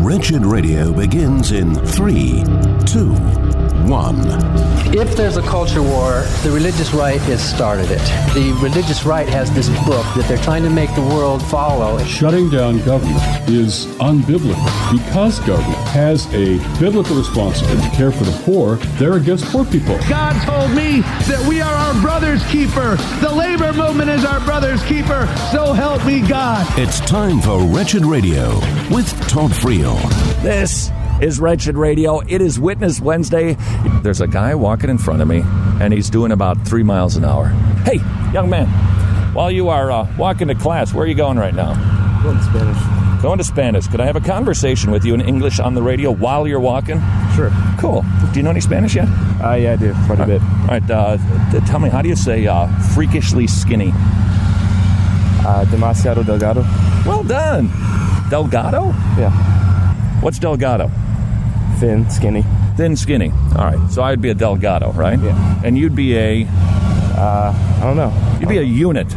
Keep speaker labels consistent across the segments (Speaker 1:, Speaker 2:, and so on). Speaker 1: Wretched Radio begins in three, two, one.
Speaker 2: If there's a culture war, the religious right has started it. The religious right has this book that they're trying to make the world follow.
Speaker 3: Shutting down government is unbiblical because government has a biblical responsibility to care for the poor. They're against poor people.
Speaker 4: God told me that we are our brother's keeper. The labor movement is our brother's keeper. So help me God.
Speaker 1: It's time for Wretched Radio with Todd Friel.
Speaker 5: This is Wretched Radio. It is Witness Wednesday. There's a guy walking in front of me, and he's doing about three miles an hour. Hey, young man, while you are uh, walking to class, where are you going right now?
Speaker 6: Well, in Spanish.
Speaker 5: Going to Spanish. Could I have a conversation with you in English on the radio while you're walking?
Speaker 6: Sure.
Speaker 5: Cool. Do you know any Spanish yet?
Speaker 6: Uh, yeah, I do quite a bit.
Speaker 5: All right, uh, t- tell me, how do you say uh, freakishly skinny?
Speaker 6: Uh, demasiado delgado.
Speaker 5: Well done. Delgado?
Speaker 6: Yeah.
Speaker 5: What's Delgado?
Speaker 6: Thin, skinny.
Speaker 5: Thin skinny. All right, so I'd be a Delgado, right?
Speaker 6: Yeah.
Speaker 5: And you'd be a
Speaker 6: I don't know.
Speaker 5: You'd be a
Speaker 6: Oh.
Speaker 5: unit.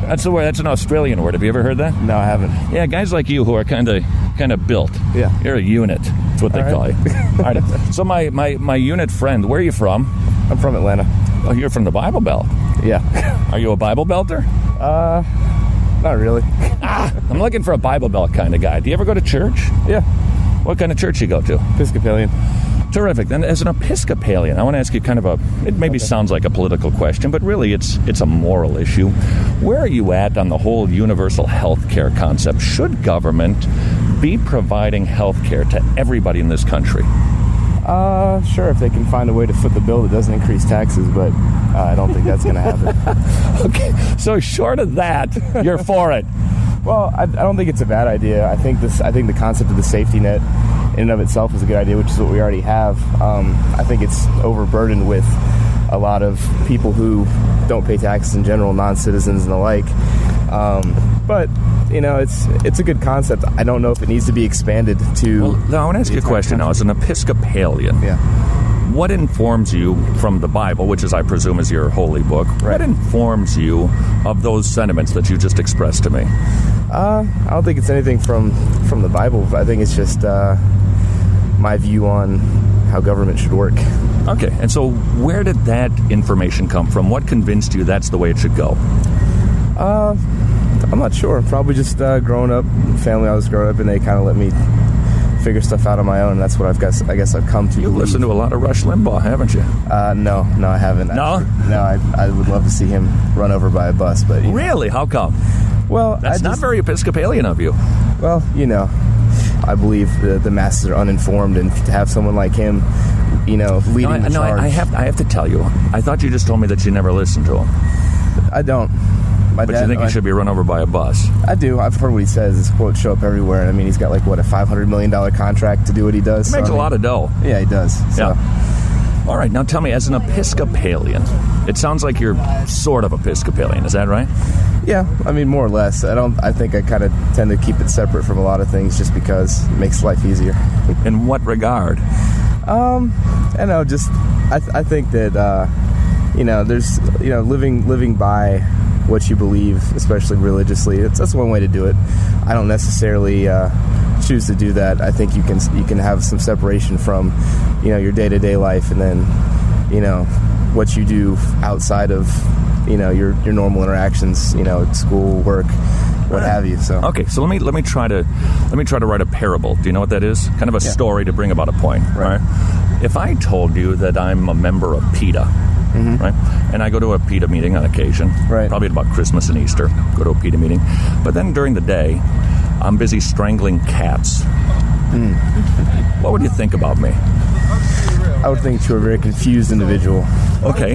Speaker 5: that's the word. That's an Australian word. Have you ever heard that?
Speaker 6: No, I haven't.
Speaker 5: Yeah, guys like you who are kind of kind of built.
Speaker 6: Yeah.
Speaker 5: you're a unit. That's what they
Speaker 6: All
Speaker 5: call you. All right. So my my my unit friend, where are you from?
Speaker 6: I'm from Atlanta.
Speaker 5: Oh, you're from the Bible Belt.
Speaker 6: Yeah.
Speaker 5: Are you a Bible Belter?
Speaker 6: Not really.
Speaker 5: I'm looking for a Bible Belt kind of guy. Do you ever go to church?
Speaker 6: Yeah.
Speaker 5: What kind of church you go to?
Speaker 6: Episcopalian.
Speaker 5: Terrific. Then, as an Episcopalian, I want to ask you kind of a. It maybe sounds like a political question, but really, it's it's a moral issue. Where are you at on the whole universal health care concept? Should government be providing health care to everybody in this country?
Speaker 6: Uh, sure, if they can find a way to foot the bill that doesn't increase taxes, but uh, I don't think that's going to happen.
Speaker 5: Okay. So short of that, you're for it.
Speaker 6: well, I, I don't think it's a bad idea. I think this. I think the concept of the safety net, in and of itself, is a good idea, which is what we already have. Um, I think it's overburdened with a lot of people who don't pay taxes in general, non-citizens and the like. Um, but you know, it's it's a good concept. I don't know if it needs to be expanded to.
Speaker 5: Well, now I want to ask you a question. Now, as an Episcopalian,
Speaker 6: yeah.
Speaker 5: what informs you from the Bible, which is, I presume, is your holy book? What informs you of those sentiments that you just expressed to me?
Speaker 6: I don't think it's anything from from the Bible. I think it's just uh, my view on how government should work.
Speaker 5: Okay, and so where did that information come from? What convinced you that's the way it should go?
Speaker 6: I'm not sure. Probably just uh, growing up, family. I was growing up, and they kind of let me figure stuff out on my own. That's what I've got. I guess I've come to.
Speaker 5: You listen to a lot of Rush Limbaugh, haven't you?
Speaker 6: Uh, no, no, I haven't.
Speaker 5: No?
Speaker 6: no. I, I would love to see him run over by a bus, but you know.
Speaker 5: Really? How come?
Speaker 6: well, I
Speaker 5: That's not
Speaker 6: just-
Speaker 5: very Episcopalian of you.
Speaker 6: Well, you know, I believe the, the masses are uninformed, and to have someone like him, you know,
Speaker 5: No,
Speaker 6: leading
Speaker 5: I,
Speaker 6: the
Speaker 5: no
Speaker 6: charge.
Speaker 5: I, I have. I have to tell you. I thought you just told me that you never listened to him,
Speaker 6: I don't. My
Speaker 5: but
Speaker 6: dad,
Speaker 5: you think
Speaker 6: my-
Speaker 5: you should be run over by a bus.
Speaker 6: I do. I've heard what he says. His quotes show up everywhere. I mean, he's got like what a five hundred million dollar contract to do what he does.
Speaker 5: It
Speaker 6: so,
Speaker 5: makes
Speaker 6: I
Speaker 5: a
Speaker 6: mean-
Speaker 5: lot of dough.
Speaker 6: Yeah, he does. So,
Speaker 5: Yeah. All right. Now tell me, as an Episcopalian, it sounds like you're sort of Episcopalian. Is that right?
Speaker 6: yeah. I mean, more or less. I don't. I think I kind of tend to keep it separate from a lot of things just because it makes life easier.
Speaker 5: In what regard?
Speaker 6: I know. Just I, th- I think that uh, you know, there's you know, living living by what you believe, especially religiously. It's, that's one way to do it. I don't necessarily uh, choose to do that. I think you can you can have some separation from you know your day to day life, and then you know what you do outside of you know your your normal interactions. You know, at school, work, what have you. So
Speaker 5: Okay, so let me let me try to let me try to write a parable. Do you know what that is? Kind of a story to bring about a point, right?
Speaker 6: Right.
Speaker 5: If I told you that I'm a member of PETA, right, and I go to a PETA meeting on occasion,
Speaker 6: Mm-hmm. Right.
Speaker 5: probably at about Christmas and Easter, go to a PETA meeting, but then during the day, I'm busy strangling cats.
Speaker 6: Hmm.
Speaker 5: What would you think about me?
Speaker 6: I would think you're a very confused individual.
Speaker 5: Okay,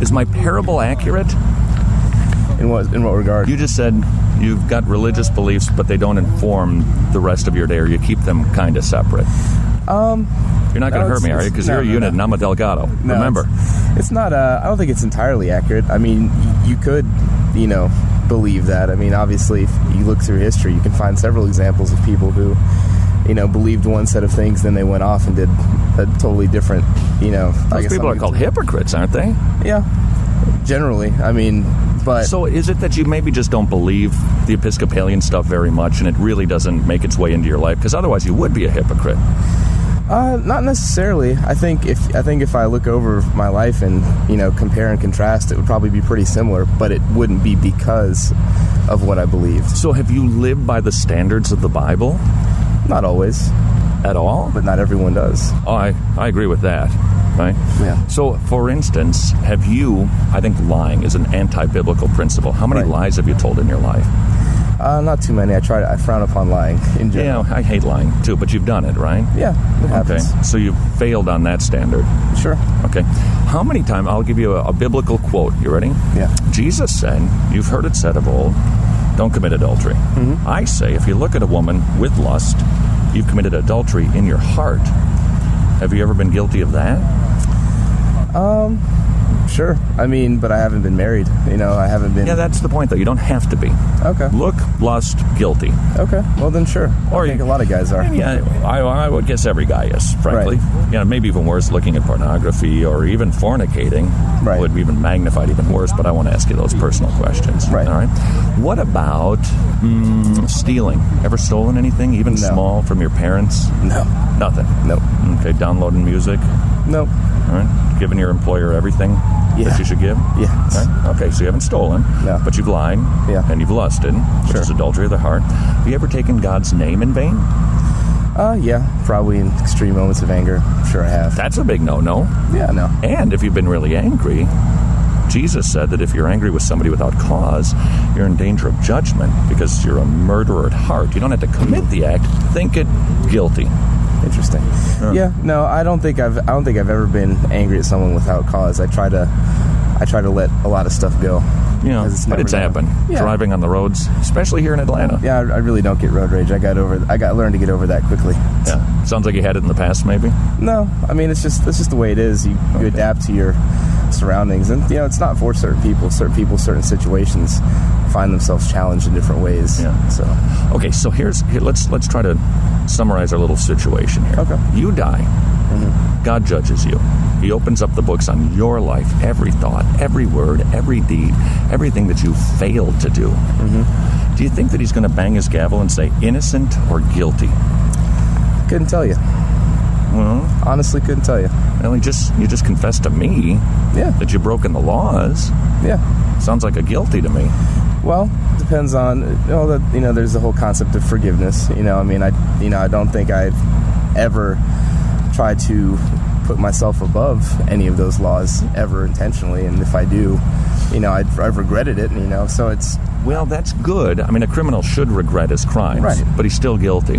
Speaker 5: is my parable accurate?
Speaker 6: In what in what regard?
Speaker 5: You just said you've got religious beliefs, but they don't inform the rest of your day, or you keep them kind of separate. Um, you're not going to
Speaker 6: no,
Speaker 5: hurt
Speaker 6: it's-
Speaker 5: me, are you?
Speaker 6: it's-
Speaker 5: Because
Speaker 6: no,
Speaker 5: you're a
Speaker 6: no,
Speaker 5: unit,
Speaker 6: no.
Speaker 5: and I'm a Delgado.
Speaker 6: No,
Speaker 5: Remember,
Speaker 6: it's, it's not. Uh, I don't think it's entirely accurate. I mean, y- you could, you know, believe that. I mean, obviously, if you look through history, you can find several examples of people who, you know, believed one set of things, then they went off and did a totally different. You know,
Speaker 5: those
Speaker 6: I guess
Speaker 5: people
Speaker 6: I'm-
Speaker 5: are called hypocrites, aren't they?
Speaker 6: Yeah, generally. I mean, But
Speaker 5: So is it that you maybe just don't believe the Episcopalian stuff very much, and it really doesn't make its way into your life? Because otherwise, you would be a hypocrite.
Speaker 6: Uh, not necessarily. I think if I think if I look over my life and you know compare and contrast, it would probably be pretty similar, but it wouldn't be because of what I believed.
Speaker 5: So have you lived by the standards of the Bible
Speaker 6: Not always,
Speaker 5: at all?
Speaker 6: but not everyone does.
Speaker 5: Oh, I, I agree with that. Right?
Speaker 6: Yeah.
Speaker 5: So, for instance, have you? I think lying is an anti-biblical principle. How many
Speaker 6: Right.
Speaker 5: lies have you told in your life?
Speaker 6: Uh, not too many. I try. To, I frown upon lying in
Speaker 5: Yeah,
Speaker 6: general.
Speaker 5: I hate lying too, but you've done it, right?
Speaker 6: Yeah, it
Speaker 5: Okay.
Speaker 6: happens.
Speaker 5: So you've failed on that standard.
Speaker 6: Sure.
Speaker 5: Okay. How many times? I'll give you a, a biblical quote. You ready?
Speaker 6: Yeah.
Speaker 5: Jesus said, You've heard it said of old, don't commit adultery.
Speaker 6: Mm-hmm.
Speaker 5: I say, if you look at a woman with lust, you've committed adultery in your heart. Have you ever been guilty of that?
Speaker 6: Sure. I mean, but I haven't been married. You know, I haven't been.
Speaker 5: Yeah, that's the point, though. You don't have to be.
Speaker 6: okay.
Speaker 5: Look, lust, guilty.
Speaker 6: Okay. Well, then sure.
Speaker 5: Or
Speaker 6: I
Speaker 5: you-
Speaker 6: think a lot of guys are.
Speaker 5: And yeah, I, I would guess every guy is, frankly. Yeah, maybe even worse, looking at pornography or even fornicating
Speaker 6: Right.
Speaker 5: would be even magnified even worse, but I want to ask you those personal questions.
Speaker 6: Right.
Speaker 5: All right. What about mm, stealing? Ever stolen anything, even
Speaker 6: No.
Speaker 5: small, from your parents?
Speaker 6: No.
Speaker 5: Nothing.
Speaker 6: Nope.
Speaker 5: Okay, downloading music. All
Speaker 6: Nope.
Speaker 5: right. Giving your employer everything
Speaker 6: Yeah.
Speaker 5: that you should give.
Speaker 6: Yes.
Speaker 5: All right, Okay, so you haven't stolen,
Speaker 6: No.
Speaker 5: but you've lied,
Speaker 6: Yeah.
Speaker 5: and you've lusted, which
Speaker 6: Sure.
Speaker 5: is adultery of the heart. Have you ever taken God's name in vain?
Speaker 6: Uh, yeah. Probably in extreme moments of anger. Sure, I have.
Speaker 5: That's a big no-no.
Speaker 6: Yeah. No.
Speaker 5: And if you've been really angry, Jesus said that if you're angry with somebody without cause, you're in danger of judgment because you're a murderer at heart. You don't have to commit the act, think it guilty.
Speaker 6: Interesting. Yeah. No, I don't think I've I don't think I've ever been angry at someone without cause. I try to I try to let a lot of stuff go.
Speaker 5: You know,
Speaker 6: 'Cause it's
Speaker 5: but
Speaker 6: never
Speaker 5: it's
Speaker 6: done.
Speaker 5: happened.
Speaker 6: Yeah.
Speaker 5: Driving on the roads, especially here in Atlanta.
Speaker 6: Yeah, I, I really don't get road rage. I got over. I got learned to get over that quickly.
Speaker 5: Yeah. Sounds like you had it in the past, maybe.
Speaker 6: No, I mean it's just that's just the way it is. You, you adapt to your surroundings, and you know it's not for certain people. Certain people, certain situations, find themselves challenged in different ways.
Speaker 5: Yeah.
Speaker 6: So
Speaker 5: Okay, so here's here, let's let's try to summarize our little situation here.
Speaker 6: Okay. Mm-hmm.
Speaker 5: You die. God judges you. He opens up the books on your life, every thought, every word, every deed, everything that you failed to do.
Speaker 6: Mm-hmm.
Speaker 5: Do you think that he's going to bang his gavel and say innocent or guilty?
Speaker 6: couldn't tell you.
Speaker 5: Well,
Speaker 6: Honestly, couldn't tell you.
Speaker 5: well, he just you just confessed to me
Speaker 6: Yeah.
Speaker 5: that you broken the laws.
Speaker 6: Yeah.
Speaker 5: Sounds like a guilty to me.
Speaker 6: Well, depends on all that you know. There's the whole concept of forgiveness. You know, I mean, I you know, I don't think I've ever tried to put myself above any of those laws ever intentionally. And if I do, you know, I've, I've regretted it. You know, so it's
Speaker 5: Well, that's good. I mean, a criminal should regret his crimes,
Speaker 6: Right.
Speaker 5: but he's still guilty.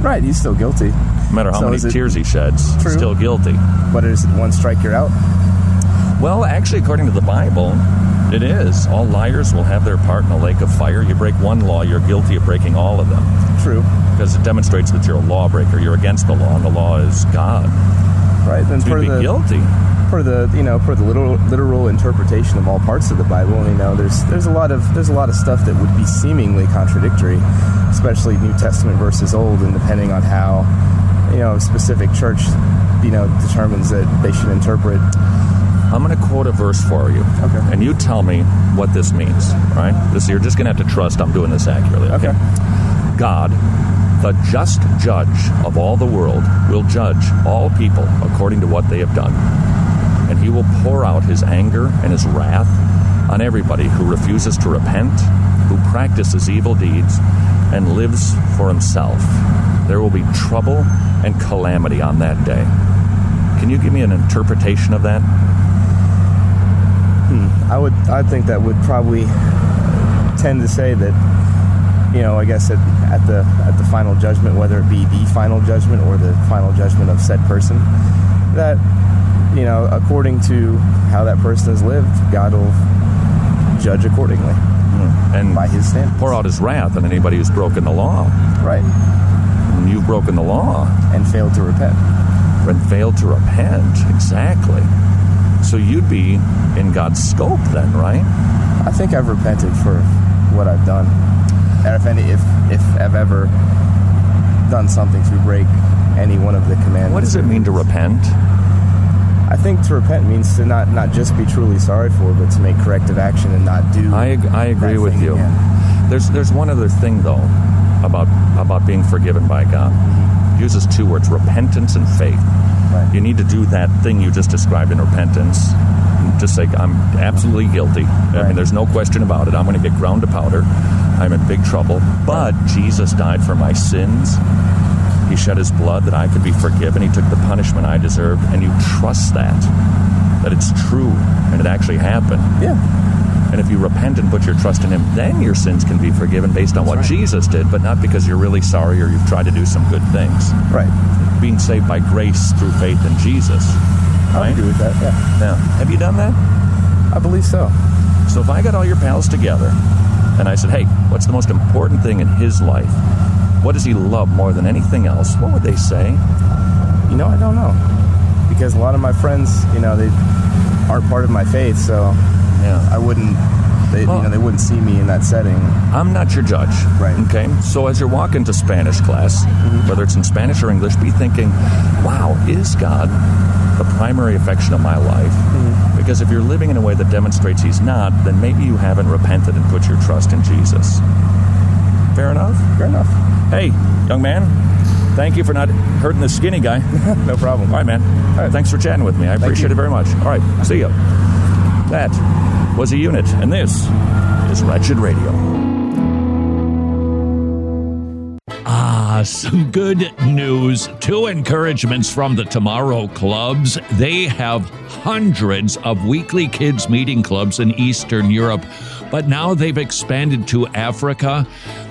Speaker 6: right. He's still guilty,
Speaker 5: No matter how
Speaker 6: So
Speaker 5: many
Speaker 6: is it-
Speaker 5: tears he sheds,
Speaker 6: True.
Speaker 5: still guilty.
Speaker 6: but is it one strike you're out?
Speaker 5: Well, actually, according to the Bible, it is. All liars will have their part in the lake of fire. You break one law, you're guilty of breaking all of them
Speaker 6: True,
Speaker 5: because it demonstrates that you're a lawbreaker. You're against the law, and the law is God.
Speaker 6: right? Then
Speaker 5: So
Speaker 6: for
Speaker 5: you'd be
Speaker 6: the
Speaker 5: guilty.
Speaker 6: for the you know for the literal, literal interpretation of all parts of the Bible, you know, there's there's a lot of there's a lot of stuff that would be seemingly contradictory, especially New Testament versus Old, and depending on how you know a specific church you know determines that they should interpret.
Speaker 5: I'm going to quote a verse for you.
Speaker 6: Okay.
Speaker 5: And you tell me what this means, all right? This you're just going to have to trust I'm doing this accurately.
Speaker 6: Okay.
Speaker 5: God, the just judge of all the world, will judge all people according to what they have done. And he will pour out his anger and his wrath on everybody who refuses to repent, who practices evil deeds, and lives for himself. There will be trouble and calamity on that day. Can you give me an interpretation of that?
Speaker 6: I would I think that would probably tend to say that you know I guess at, at the at the final judgment, whether it be the final judgment or the final judgment of said person, that you know according to how that person has lived, God will judge accordingly
Speaker 5: And
Speaker 6: by His standards.
Speaker 5: pour out his wrath on anybody who's broken the law.
Speaker 6: right,
Speaker 5: And you've broken the law.
Speaker 6: and failed to repent.
Speaker 5: and failed to repent. Exactly. So you'd be in God's scope then, right?
Speaker 6: I think I've repented for what I've done, and if any if if I've ever done something to break any one of the commandments.
Speaker 5: What does it mean to repent?
Speaker 6: I think to repent means to not not just be truly sorry for, but to make corrective action and not do.
Speaker 7: I, ag- I agree
Speaker 6: that
Speaker 7: with
Speaker 6: thing
Speaker 7: you.
Speaker 6: again.
Speaker 7: There's there's one other thing though about about being forgiven by God. It uses two words: repentance and faith.
Speaker 6: Mm-hmm. Right.
Speaker 7: You need to do that thing you just described in repentance. Just say I'm absolutely guilty. I mean,
Speaker 6: Right.
Speaker 7: there's no question about it. I'm going to get ground to powder. I'm in big trouble. But Jesus died for my sins. He shed his blood that I could be forgiven. He took the punishment I deserved, and you trust that that it's true and it actually happened.
Speaker 6: Yeah,
Speaker 7: And if you repent and put your trust in Him, then your sins can be forgiven based on what Jesus did, but not because you're really sorry or you've tried to do some good things.
Speaker 6: right.
Speaker 7: Being saved by grace through faith in Jesus.
Speaker 6: I
Speaker 7: Right?
Speaker 6: agree with that. Yeah,
Speaker 7: Yeah. Have you done that?
Speaker 6: I believe so.
Speaker 7: So if I got all your pals together and I said, hey, what's the most important thing in his life? What does he love more than anything else? What would they say?
Speaker 6: You know, I don't know because a lot of my friends, you know, they aren't part of my faith, so
Speaker 7: Yeah.
Speaker 6: I wouldn't. They,
Speaker 7: Well-
Speaker 6: you know, they wouldn't see me in that setting.
Speaker 7: I'm not your judge.
Speaker 6: Right. Mm-hmm.
Speaker 7: Okay. So as you're walking to Spanish class, whether it's in Spanish or English, be thinking, wow, is God the primary affection of my life?
Speaker 6: Mm-hmm.
Speaker 7: Because if you're living in a way that demonstrates He's not, then maybe you haven't repented and put your trust in Jesus. Fair enough?
Speaker 6: Fair enough.
Speaker 7: Hey, young man, thank you for not hurting the skinny guy.
Speaker 6: No problem.
Speaker 7: All right, man. Thanks for chatting with me. I appreciate
Speaker 6: you.
Speaker 7: it very much. All right. See you. That was a unit, and this is Wretched Radio.
Speaker 5: Ah, some good news. Two encouragements from the Tomorrow clubs. They have hundreds of weekly kids' meeting clubs in Eastern Europe, but now they've expanded to Africa.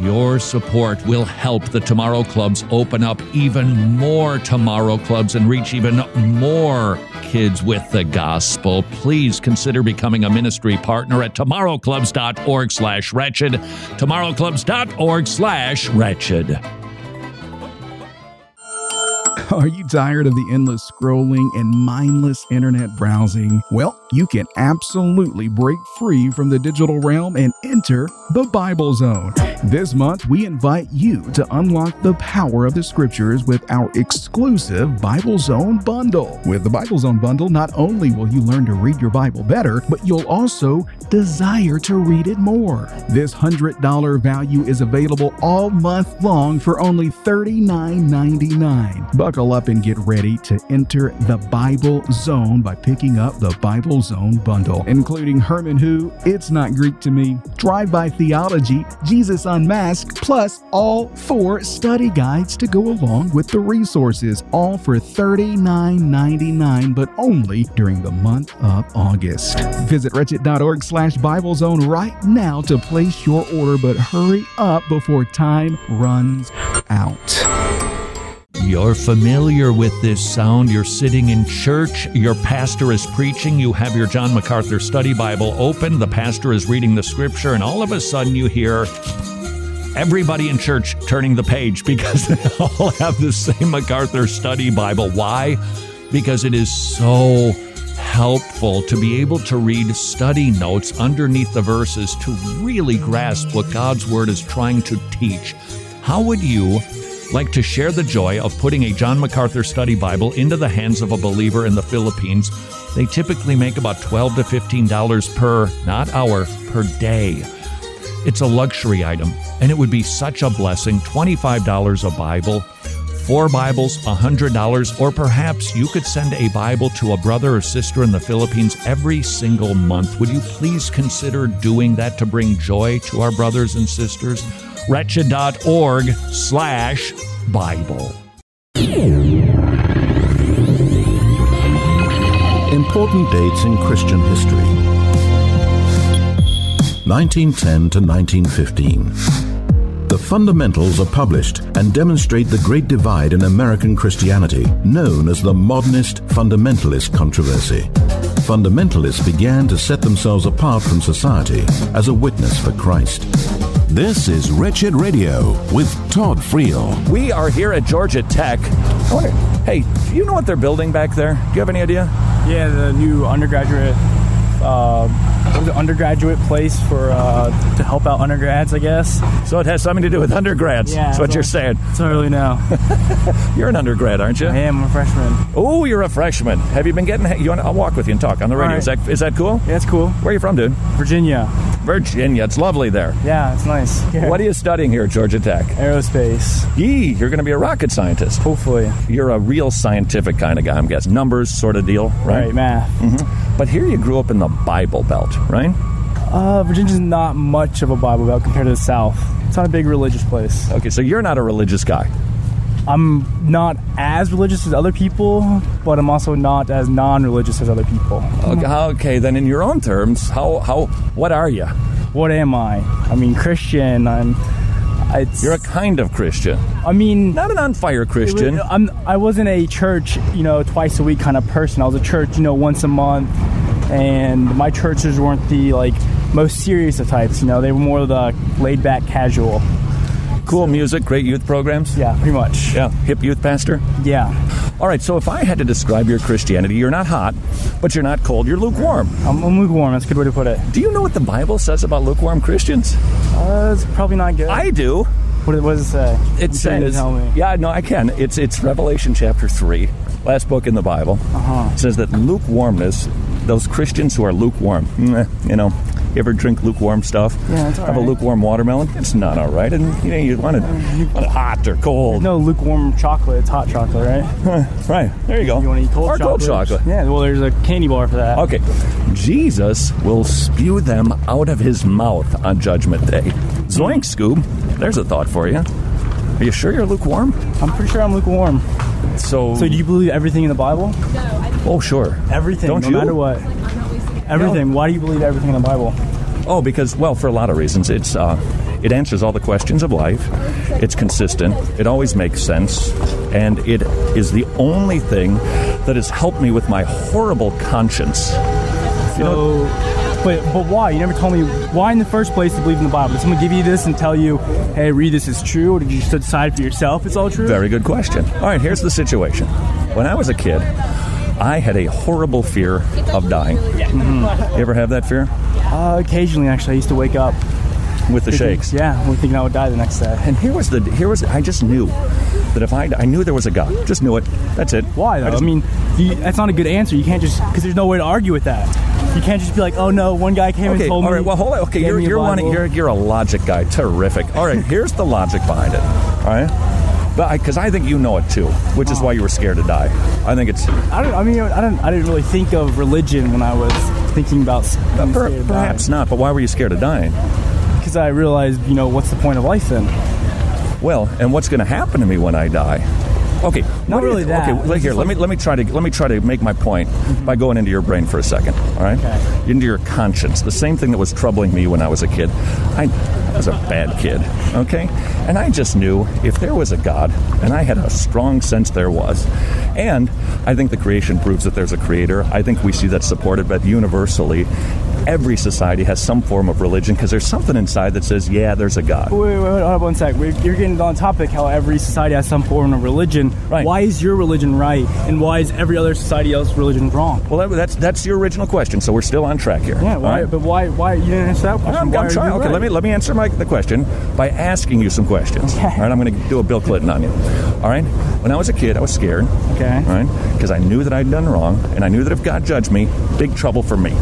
Speaker 5: Your support will help the Tomorrow Clubs open up even more Tomorrow Clubs and reach even more kids with the gospel. Please consider becoming a ministry partner at tomorrowclubs.org slash wretched, tomorrowclubs.org slash wretched.
Speaker 8: Are you tired of the endless scrolling and mindless internet browsing? Well, you can absolutely break free from the digital realm and enter the Bible Zone. This month, we invite you to unlock the power of the scriptures with our exclusive Bible Zone bundle. With the Bible Zone bundle, not only will you learn to read your Bible better, but you'll also desire to read it more. This $100 value is available all month long for only $39.99. Buckle up and get ready to enter the Bible Zone by picking up the Bible Zone bundle, including Herman Who, It's Not Greek to Me, Drive By Theology, Jesus Unmasked, plus all four study guides to go along with the resources, all for $39.99, but only during the month of August. Visit wretched.org slash Bible Zone right now to place your order, but hurry up before time runs out.
Speaker 5: You're familiar with this sound. You're sitting in church. Your pastor is preaching. You have your John MacArthur study Bible open. The pastor is reading the scripture, and all of a sudden you hear everybody in church turning the page because they all have the same MacArthur study Bible. Why? Because it is so helpful to be able to read study notes underneath the verses to really grasp what God's Word is trying to teach. How would you like to share the joy of putting a John MacArthur study Bible into the hands of a believer in the Philippines? They typically make about 12 to $15 per, not hour, per day. It's a luxury item, and it would be such a blessing. $25 a Bible, four Bibles, $100, or perhaps you could send a Bible to a brother or sister in the Philippines every single month. Would you please consider doing that to bring joy to our brothers and sisters? Wretched.org slash Bible.
Speaker 1: Important dates in Christian history 1910 to 1915. The fundamentals are published and demonstrate the great divide in American Christianity, known as the modernist fundamentalist controversy. fundamentalists began to set themselves apart from society as a witness for Christ.
Speaker 9: This is Wretched Radio with Todd Friel.
Speaker 5: We are here at Georgia Tech. I wonder, hey, do you know what they're building back there? Do you have any idea?
Speaker 10: Yeah, the new undergraduate, uh, what is it, undergraduate place for uh, to help out undergrads, I guess.
Speaker 5: So it has something to do with undergrads.
Speaker 10: Yeah,
Speaker 5: that's what
Speaker 10: so-
Speaker 5: you're saying.
Speaker 10: It's early now.
Speaker 5: You're an undergrad, aren't you?
Speaker 10: I am a freshman.
Speaker 5: Oh, you're a freshman. Have you been getting? You want? I'll walk with you and talk on the radio.
Speaker 10: All right.
Speaker 5: Is that is that cool?
Speaker 10: Yeah, it's cool.
Speaker 5: Where are you from, dude?
Speaker 10: Virginia.
Speaker 5: Virginia. It's lovely there.
Speaker 10: Yeah, it's nice.
Speaker 5: What are you studying here at Georgia Tech?
Speaker 10: Aerospace.
Speaker 5: Yee, you're going to be a rocket scientist.
Speaker 10: Hopefully.
Speaker 5: You're a real scientific kind of guy, I'm guessing. Numbers sort of deal,
Speaker 10: Right,
Speaker 5: right?
Speaker 10: math.
Speaker 5: But here you grew up in the Bible Belt, right?
Speaker 10: Uh, Virginia's not much of a Bible Belt compared to the South. It's not a big religious place.
Speaker 5: Okay, so you're not a religious guy.
Speaker 10: I'm not as religious as other people, but I'm also not as non-religious as other people.
Speaker 5: Okay, okay, then in your own terms, how how what are you?
Speaker 10: What am I? I mean, Christian. I'm. It's,
Speaker 5: You're a kind of Christian,
Speaker 10: I mean,
Speaker 5: not an on fire
Speaker 10: it was-
Speaker 5: Christian.
Speaker 10: I'm. I wasn't a church, you know, twice a week kind of person. I was a church, you know, once a month, and my churches weren't the like most serious of types. You know, they were more the laid-back, casual.
Speaker 5: Cool music, great youth programs.
Speaker 10: Yeah, pretty much.
Speaker 5: Yeah, hip youth pastor.
Speaker 10: Yeah.
Speaker 5: All right, so if I had to describe your Christianity, you're not hot, but you're not cold, you're lukewarm.
Speaker 10: I'm, I'm lukewarm. That's a good way to put it.
Speaker 5: Do you know what the Bible says about lukewarm Christians?
Speaker 10: Uh, it's probably not good.
Speaker 5: I do.
Speaker 10: what, what does it say?
Speaker 5: It
Speaker 10: You shouldn't
Speaker 5: says,
Speaker 10: Tell me.
Speaker 5: yeah, no, I can. It's it's Revelation chapter three, last book in the Bible. Uh-huh. Says that lukewarmness, those Christians who are lukewarm, meh, you know, you ever drink lukewarm stuff?
Speaker 10: Yeah, it's all
Speaker 5: Have a
Speaker 10: right.
Speaker 5: lukewarm watermelon? It's not all right, and you know you want it, want it hot or cold.
Speaker 10: No lukewarm chocolate. It's hot chocolate, right?
Speaker 5: Right there you go.
Speaker 10: You want to eat cold
Speaker 5: or
Speaker 10: chocolate?
Speaker 5: cold chocolate.
Speaker 10: Yeah. Well, there's a candy bar for that.
Speaker 5: Okay, Jesus will spew them out of his mouth on Judgment Day. Zoink, Scoob. There's a thought for you. Are you sure you're lukewarm?
Speaker 10: I'm pretty sure I'm lukewarm.
Speaker 5: So,
Speaker 10: So do you believe everything in the Bible?
Speaker 5: oh sure,
Speaker 10: Everything,
Speaker 5: Don't
Speaker 10: no
Speaker 5: you?
Speaker 10: matter what. Everything. Why do you believe everything in the Bible?
Speaker 5: Oh, because well, for a lot of reasons, it's uh, it answers all the questions of life. It's consistent. It always makes sense, and it is the only thing that has helped me with my horrible conscience.
Speaker 10: So, but but why? You never told me why in the first place to believe in the Bible. Did someone give you this and tell you, hey, read this is true, or did you just decide for yourself it's all true?
Speaker 5: Very good question. All right, here's the situation. When I was a kid, I had a horrible fear of dying. You ever have that fear?
Speaker 10: Uh, occasionally, actually, I used to wake up.
Speaker 5: With the shakes.
Speaker 10: Yeah, we're thinking I would die the next day.
Speaker 5: And here was the here was I just knew that if I I knew there was a God, just knew it. That's it.
Speaker 10: Why though? I,
Speaker 5: just-
Speaker 10: mean, you, that's not a good answer. You can't just because there's no way to argue with that. You can't just be like, oh no, one guy came
Speaker 5: Okay,
Speaker 10: and
Speaker 5: all
Speaker 10: told me.
Speaker 5: right. Well, hold on. Okay,
Speaker 10: gave
Speaker 5: you're
Speaker 10: me a
Speaker 5: you're, one,
Speaker 10: Bible."
Speaker 5: you're you're a logic guy. Terrific. All right, here's the logic behind it. All right, but because I, think you know it too, which
Speaker 10: Oh.
Speaker 5: is why you were scared to die. I think it's
Speaker 10: I don't. I mean, I don't. I didn't really think of religion when I was thinking about
Speaker 5: per- perhaps not. But why were you scared of dying?
Speaker 10: because I realized, you know, what's the point of life then?
Speaker 5: Well, and what's going to happen to me when I die? Okay, what do you
Speaker 10: really
Speaker 5: th-
Speaker 10: that.
Speaker 5: Okay, well,
Speaker 10: It's
Speaker 5: here
Speaker 10: just
Speaker 5: let me let me try to let me try to make my point by going into your brain for a second. All right,
Speaker 10: Mm-hmm. Okay.
Speaker 5: into your conscience, the same thing that was troubling me when I was a kid. I, I was a bad kid. Okay, and I just knew if there was a God, and I had a strong sense there was, and I think the creation proves that there's a creator. I think we see that supported, but universally. Every society has some form of religion because there's something inside that says, "Yeah, there's a God."
Speaker 10: Wait, wait, wait hold on one sec. We're, you're getting on topic how every society has some form of religion.
Speaker 5: Right.
Speaker 10: Why is your religion right, and why is every other society else religion wrong?
Speaker 5: Well, that, that's that's your original question, so we're still on track here.
Speaker 10: Yeah.
Speaker 5: All
Speaker 10: Why?
Speaker 5: right?
Speaker 10: But why? Why you didn't answer that question?
Speaker 5: I'm,
Speaker 10: Why
Speaker 5: I'm
Speaker 10: are
Speaker 5: trying.
Speaker 10: you
Speaker 5: Okay,
Speaker 10: right?
Speaker 5: let me let me answer my, the question by asking you some questions.
Speaker 10: Okay.
Speaker 5: All right, I'm going to do a Bill Clinton on you. All right. When I was a kid, I was scared.
Speaker 10: Okay.
Speaker 5: All right, because I knew that I'd done wrong, and I knew that if God judged me, big trouble for me.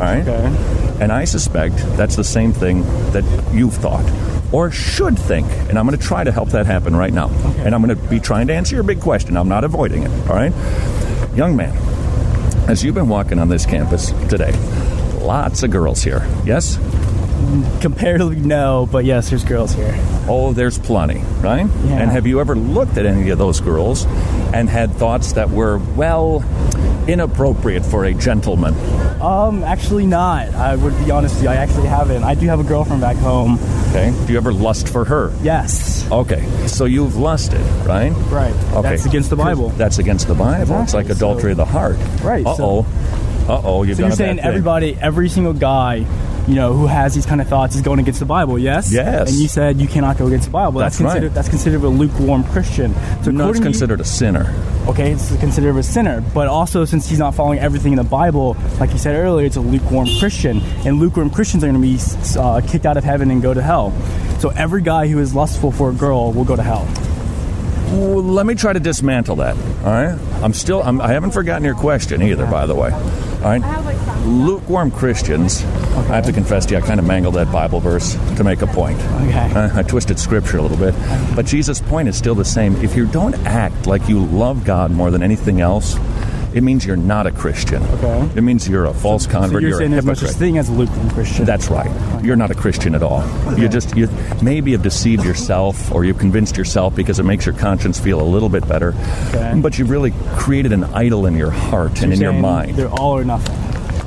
Speaker 5: All right.
Speaker 10: Okay.
Speaker 5: And I suspect that's the same thing that you've thought or should think. And I'm going to try to help that happen right now. And I'm going to be trying to answer your big question. I'm not avoiding it. All right. Young man, as you've been walking on this campus today, lots of girls here. Yes?
Speaker 10: Comparatively, no. But yes, there's girls here.
Speaker 5: Oh, there's plenty, right?
Speaker 10: Yeah.
Speaker 5: And have you ever looked at any of those girls and had thoughts that were, well, inappropriate for a gentleman?
Speaker 10: Um, actually, not. I would be honest with you. I actually haven't. I do have a girlfriend back home.
Speaker 5: Okay. Do you ever lust for her?
Speaker 10: Yes.
Speaker 5: Okay. So you've lusted, right?
Speaker 10: Right.
Speaker 5: Okay.
Speaker 10: That's against the Bible.
Speaker 5: That's against the Bible. It's
Speaker 10: Exactly.
Speaker 5: like adultery of the heart.
Speaker 10: Right,
Speaker 5: Uh
Speaker 10: so-
Speaker 5: oh. Uh oh, you've
Speaker 10: so
Speaker 5: done
Speaker 10: you're
Speaker 5: a bad
Speaker 10: saying
Speaker 5: thing.
Speaker 10: everybody, every single guy, you know, who has these kind of thoughts is going against the Bible, yes?
Speaker 5: Yes.
Speaker 10: And you said you cannot go against the Bible. That's,
Speaker 5: That's right.
Speaker 10: considered that's considered a lukewarm Christian. So
Speaker 5: No, it's
Speaker 10: according to you-
Speaker 5: considered a sinner.
Speaker 10: okay, it's considered a sinner. But also, since he's not following everything in the Bible, like you said earlier, it's a lukewarm Christian, and lukewarm Christians are going to be uh, kicked out of heaven and go to hell. So every guy who is lustful for a girl will go to hell.
Speaker 5: Well, let me try to dismantle that. All right, I'm still I'm, I haven't forgotten your question either, by the way. All right, lukewarm Christians. I have to confess to you, I kind of mangled that Bible verse to make a point.
Speaker 10: Okay.
Speaker 5: Uh, I twisted scripture a little bit, but Jesus' point is still the same. If you don't act like you love God more than anything else, it means you're not a Christian.
Speaker 10: Okay.
Speaker 5: It means you're a false convert.
Speaker 10: So you're,
Speaker 5: a
Speaker 10: saying there's no such
Speaker 5: hypocrite.
Speaker 10: thing as a lukewarm Christian.
Speaker 5: That's right. You're not a Christian at all. You just you maybe have deceived yourself or you've convinced yourself because it makes your conscience feel a little bit better.
Speaker 10: Okay.
Speaker 5: But you've really created an idol in your heart and
Speaker 10: You're
Speaker 5: in your
Speaker 10: saying
Speaker 5: mind.
Speaker 10: They're all or nothing.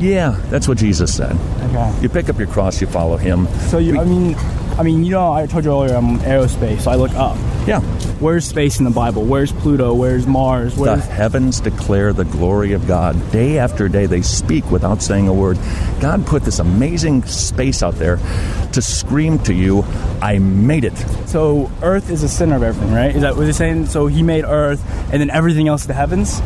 Speaker 5: Yeah, that's what Jesus said.
Speaker 10: Okay.
Speaker 5: You pick up your cross, you follow him.
Speaker 10: So you, I mean, I mean, you know, I told you earlier I'm aerospace, so I look up.
Speaker 5: Yeah.
Speaker 10: Where's space in the Bible? Where's Pluto? Where's Mars?
Speaker 5: The
Speaker 10: Where's
Speaker 5: heavens declare the glory of God. Day after day, they speak without saying a word. God put this amazing space out there to scream to you, I made it.
Speaker 10: So Earth is the center of everything, right? Is that what they're saying? So he made Earth, and then everything else, the heavens.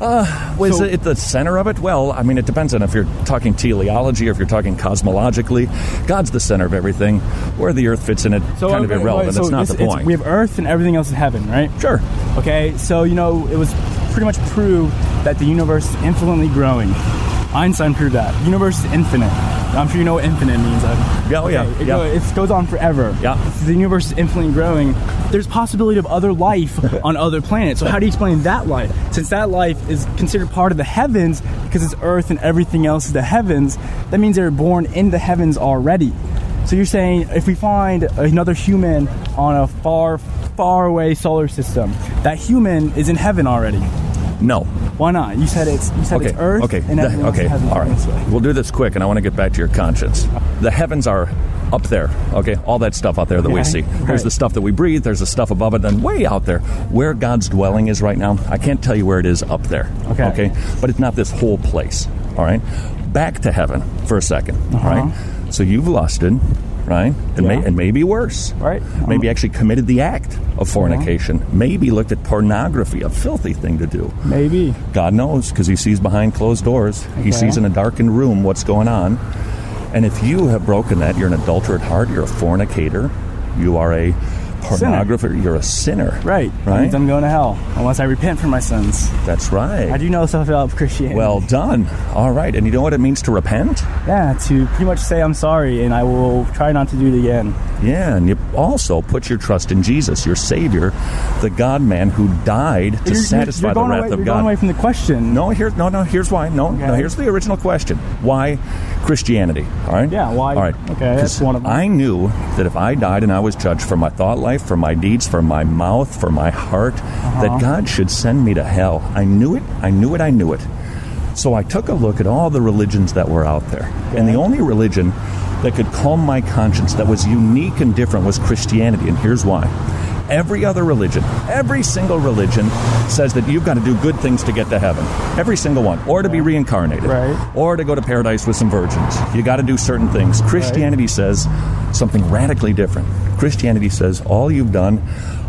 Speaker 5: Well,
Speaker 10: So-
Speaker 5: is it eh, the center of it? Well, I mean, it depends on if you're talking teleology or if you're talking cosmologically. God's the center of everything. Where the earth fits in it,
Speaker 10: So
Speaker 5: kind
Speaker 10: okay,
Speaker 5: of irrelevant.
Speaker 10: so
Speaker 5: That's not
Speaker 10: it's-
Speaker 5: the
Speaker 10: it's-
Speaker 5: point.
Speaker 10: we have Earth and everything else is heaven, right?
Speaker 5: sure.
Speaker 10: Okay. So you know, it was pretty much proved that the universe is infinitely growing. Einstein proved that. The universe is infinite. I'm sure you know what infinite means. Ed.
Speaker 5: Yeah, oh, yeah,
Speaker 10: Okay, It,
Speaker 5: yeah.
Speaker 10: go- it goes on forever.
Speaker 5: Yeah.
Speaker 10: The universe is infinitely growing. There's possibility of other life on other planets. So how do you explain that life? Since that life is considered part of the heavens because it's Earth and everything else is the heavens, that means they were born in the heavens already. So you're saying if we find another human on a far, far away solar system, that human is in heaven already.
Speaker 5: No.
Speaker 10: Why not? You said it's you said
Speaker 5: Okay.
Speaker 10: it's Earth
Speaker 5: okay.
Speaker 10: and
Speaker 5: The-
Speaker 10: everything else
Speaker 5: okay.
Speaker 10: is heaven.
Speaker 5: All right. We'll do this quick, and I want to get back to your conscience. The heavens are up there. Okay. All that stuff out there that we
Speaker 10: Okay.
Speaker 5: see. There's
Speaker 10: Right.
Speaker 5: the stuff that we breathe. There's the stuff above it. Then way out there, where God's dwelling is right now, I can't tell you where it is up there.
Speaker 10: Okay.
Speaker 5: Okay. But it's not this whole place. All right. Back to heaven for a 2nd Right. So you've lusted. Right, and, may,
Speaker 10: Uh-huh. Yeah.
Speaker 5: and maybe worse.
Speaker 10: Right. Uh-huh.
Speaker 5: maybe actually committed the act of fornication. Maybe looked at pornography, a filthy thing to do.
Speaker 10: Maybe.
Speaker 5: God knows because he sees behind closed doors. He
Speaker 10: Okay.
Speaker 5: sees in a darkened room what's going on. And if you have broken that, you're an adulterate heart, you're a fornicator, you are a pornographer, you're a sinner.
Speaker 10: Right. That
Speaker 5: Right?
Speaker 10: means I'm going to hell unless I repent for my sins.
Speaker 5: That's
Speaker 10: I
Speaker 5: right.
Speaker 10: do know stuff about Christianity.
Speaker 5: Well done. All right. And you know what it means to repent?
Speaker 10: yeah, to pretty much say I'm sorry and I will try not to do it again.
Speaker 5: Yeah. And you also put your trust in Jesus, your Savior, the God man who died to
Speaker 10: You're- you're-
Speaker 5: satisfy
Speaker 10: you're
Speaker 5: the
Speaker 10: going
Speaker 5: wrath
Speaker 10: away,
Speaker 5: of
Speaker 10: you're
Speaker 5: God.
Speaker 10: Going away from the question.
Speaker 5: No, here, no, no. Here's why. No, no.
Speaker 10: Okay.
Speaker 5: Here's the original question: Why Christianity? All right.
Speaker 10: Yeah, why-
Speaker 5: All right.
Speaker 10: okay, that's
Speaker 5: 'Cause
Speaker 10: one of them.
Speaker 5: I knew that if I died and I was judged for my thought life, for my deeds, for my mouth, for my heart, that God should send me to hell. I knew it. I knew it. I knew it. So I took a look at all the religions that were out there, and the only religion that could calm my conscience, that was unique and different, was Christianity. And here's why. Every other religion, every single religion says that you've got to do good things to get to heaven. Every single one. Or to be reincarnated.
Speaker 10: Right.
Speaker 5: Or to go to paradise with some virgins. You got to do certain things. Christianity says something radically different. Christianity says all you've done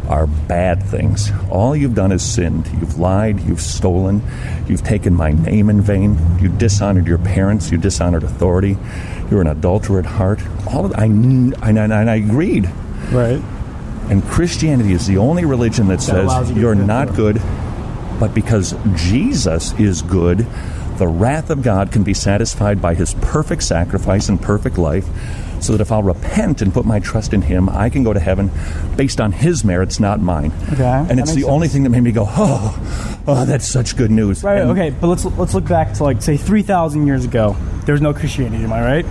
Speaker 5: are bad things. All you've done is sinned. You've lied, you've stolen, you've taken my name in vain, you dishonored your parents, you dishonored authority, you're an adulterer at heart. All of I kn- and I, and I agreed.
Speaker 10: Right.
Speaker 5: And Christianity is the only religion that,
Speaker 10: allows
Speaker 5: says
Speaker 10: you to
Speaker 5: you're
Speaker 10: do that,
Speaker 5: not
Speaker 10: yeah.
Speaker 5: good, but because Jesus is good, the wrath of God can be satisfied by his perfect sacrifice and perfect life, so that if I'll repent and put my trust in him, I can go to heaven based on his merits, not mine.
Speaker 10: Okay, that
Speaker 5: and it's the
Speaker 10: makes
Speaker 5: only thing that made me go, oh, oh, that's such good news.
Speaker 10: Right.
Speaker 5: And-
Speaker 10: okay, but let's let's look back to like say three thousand years ago. There was no Christianity. Am I right?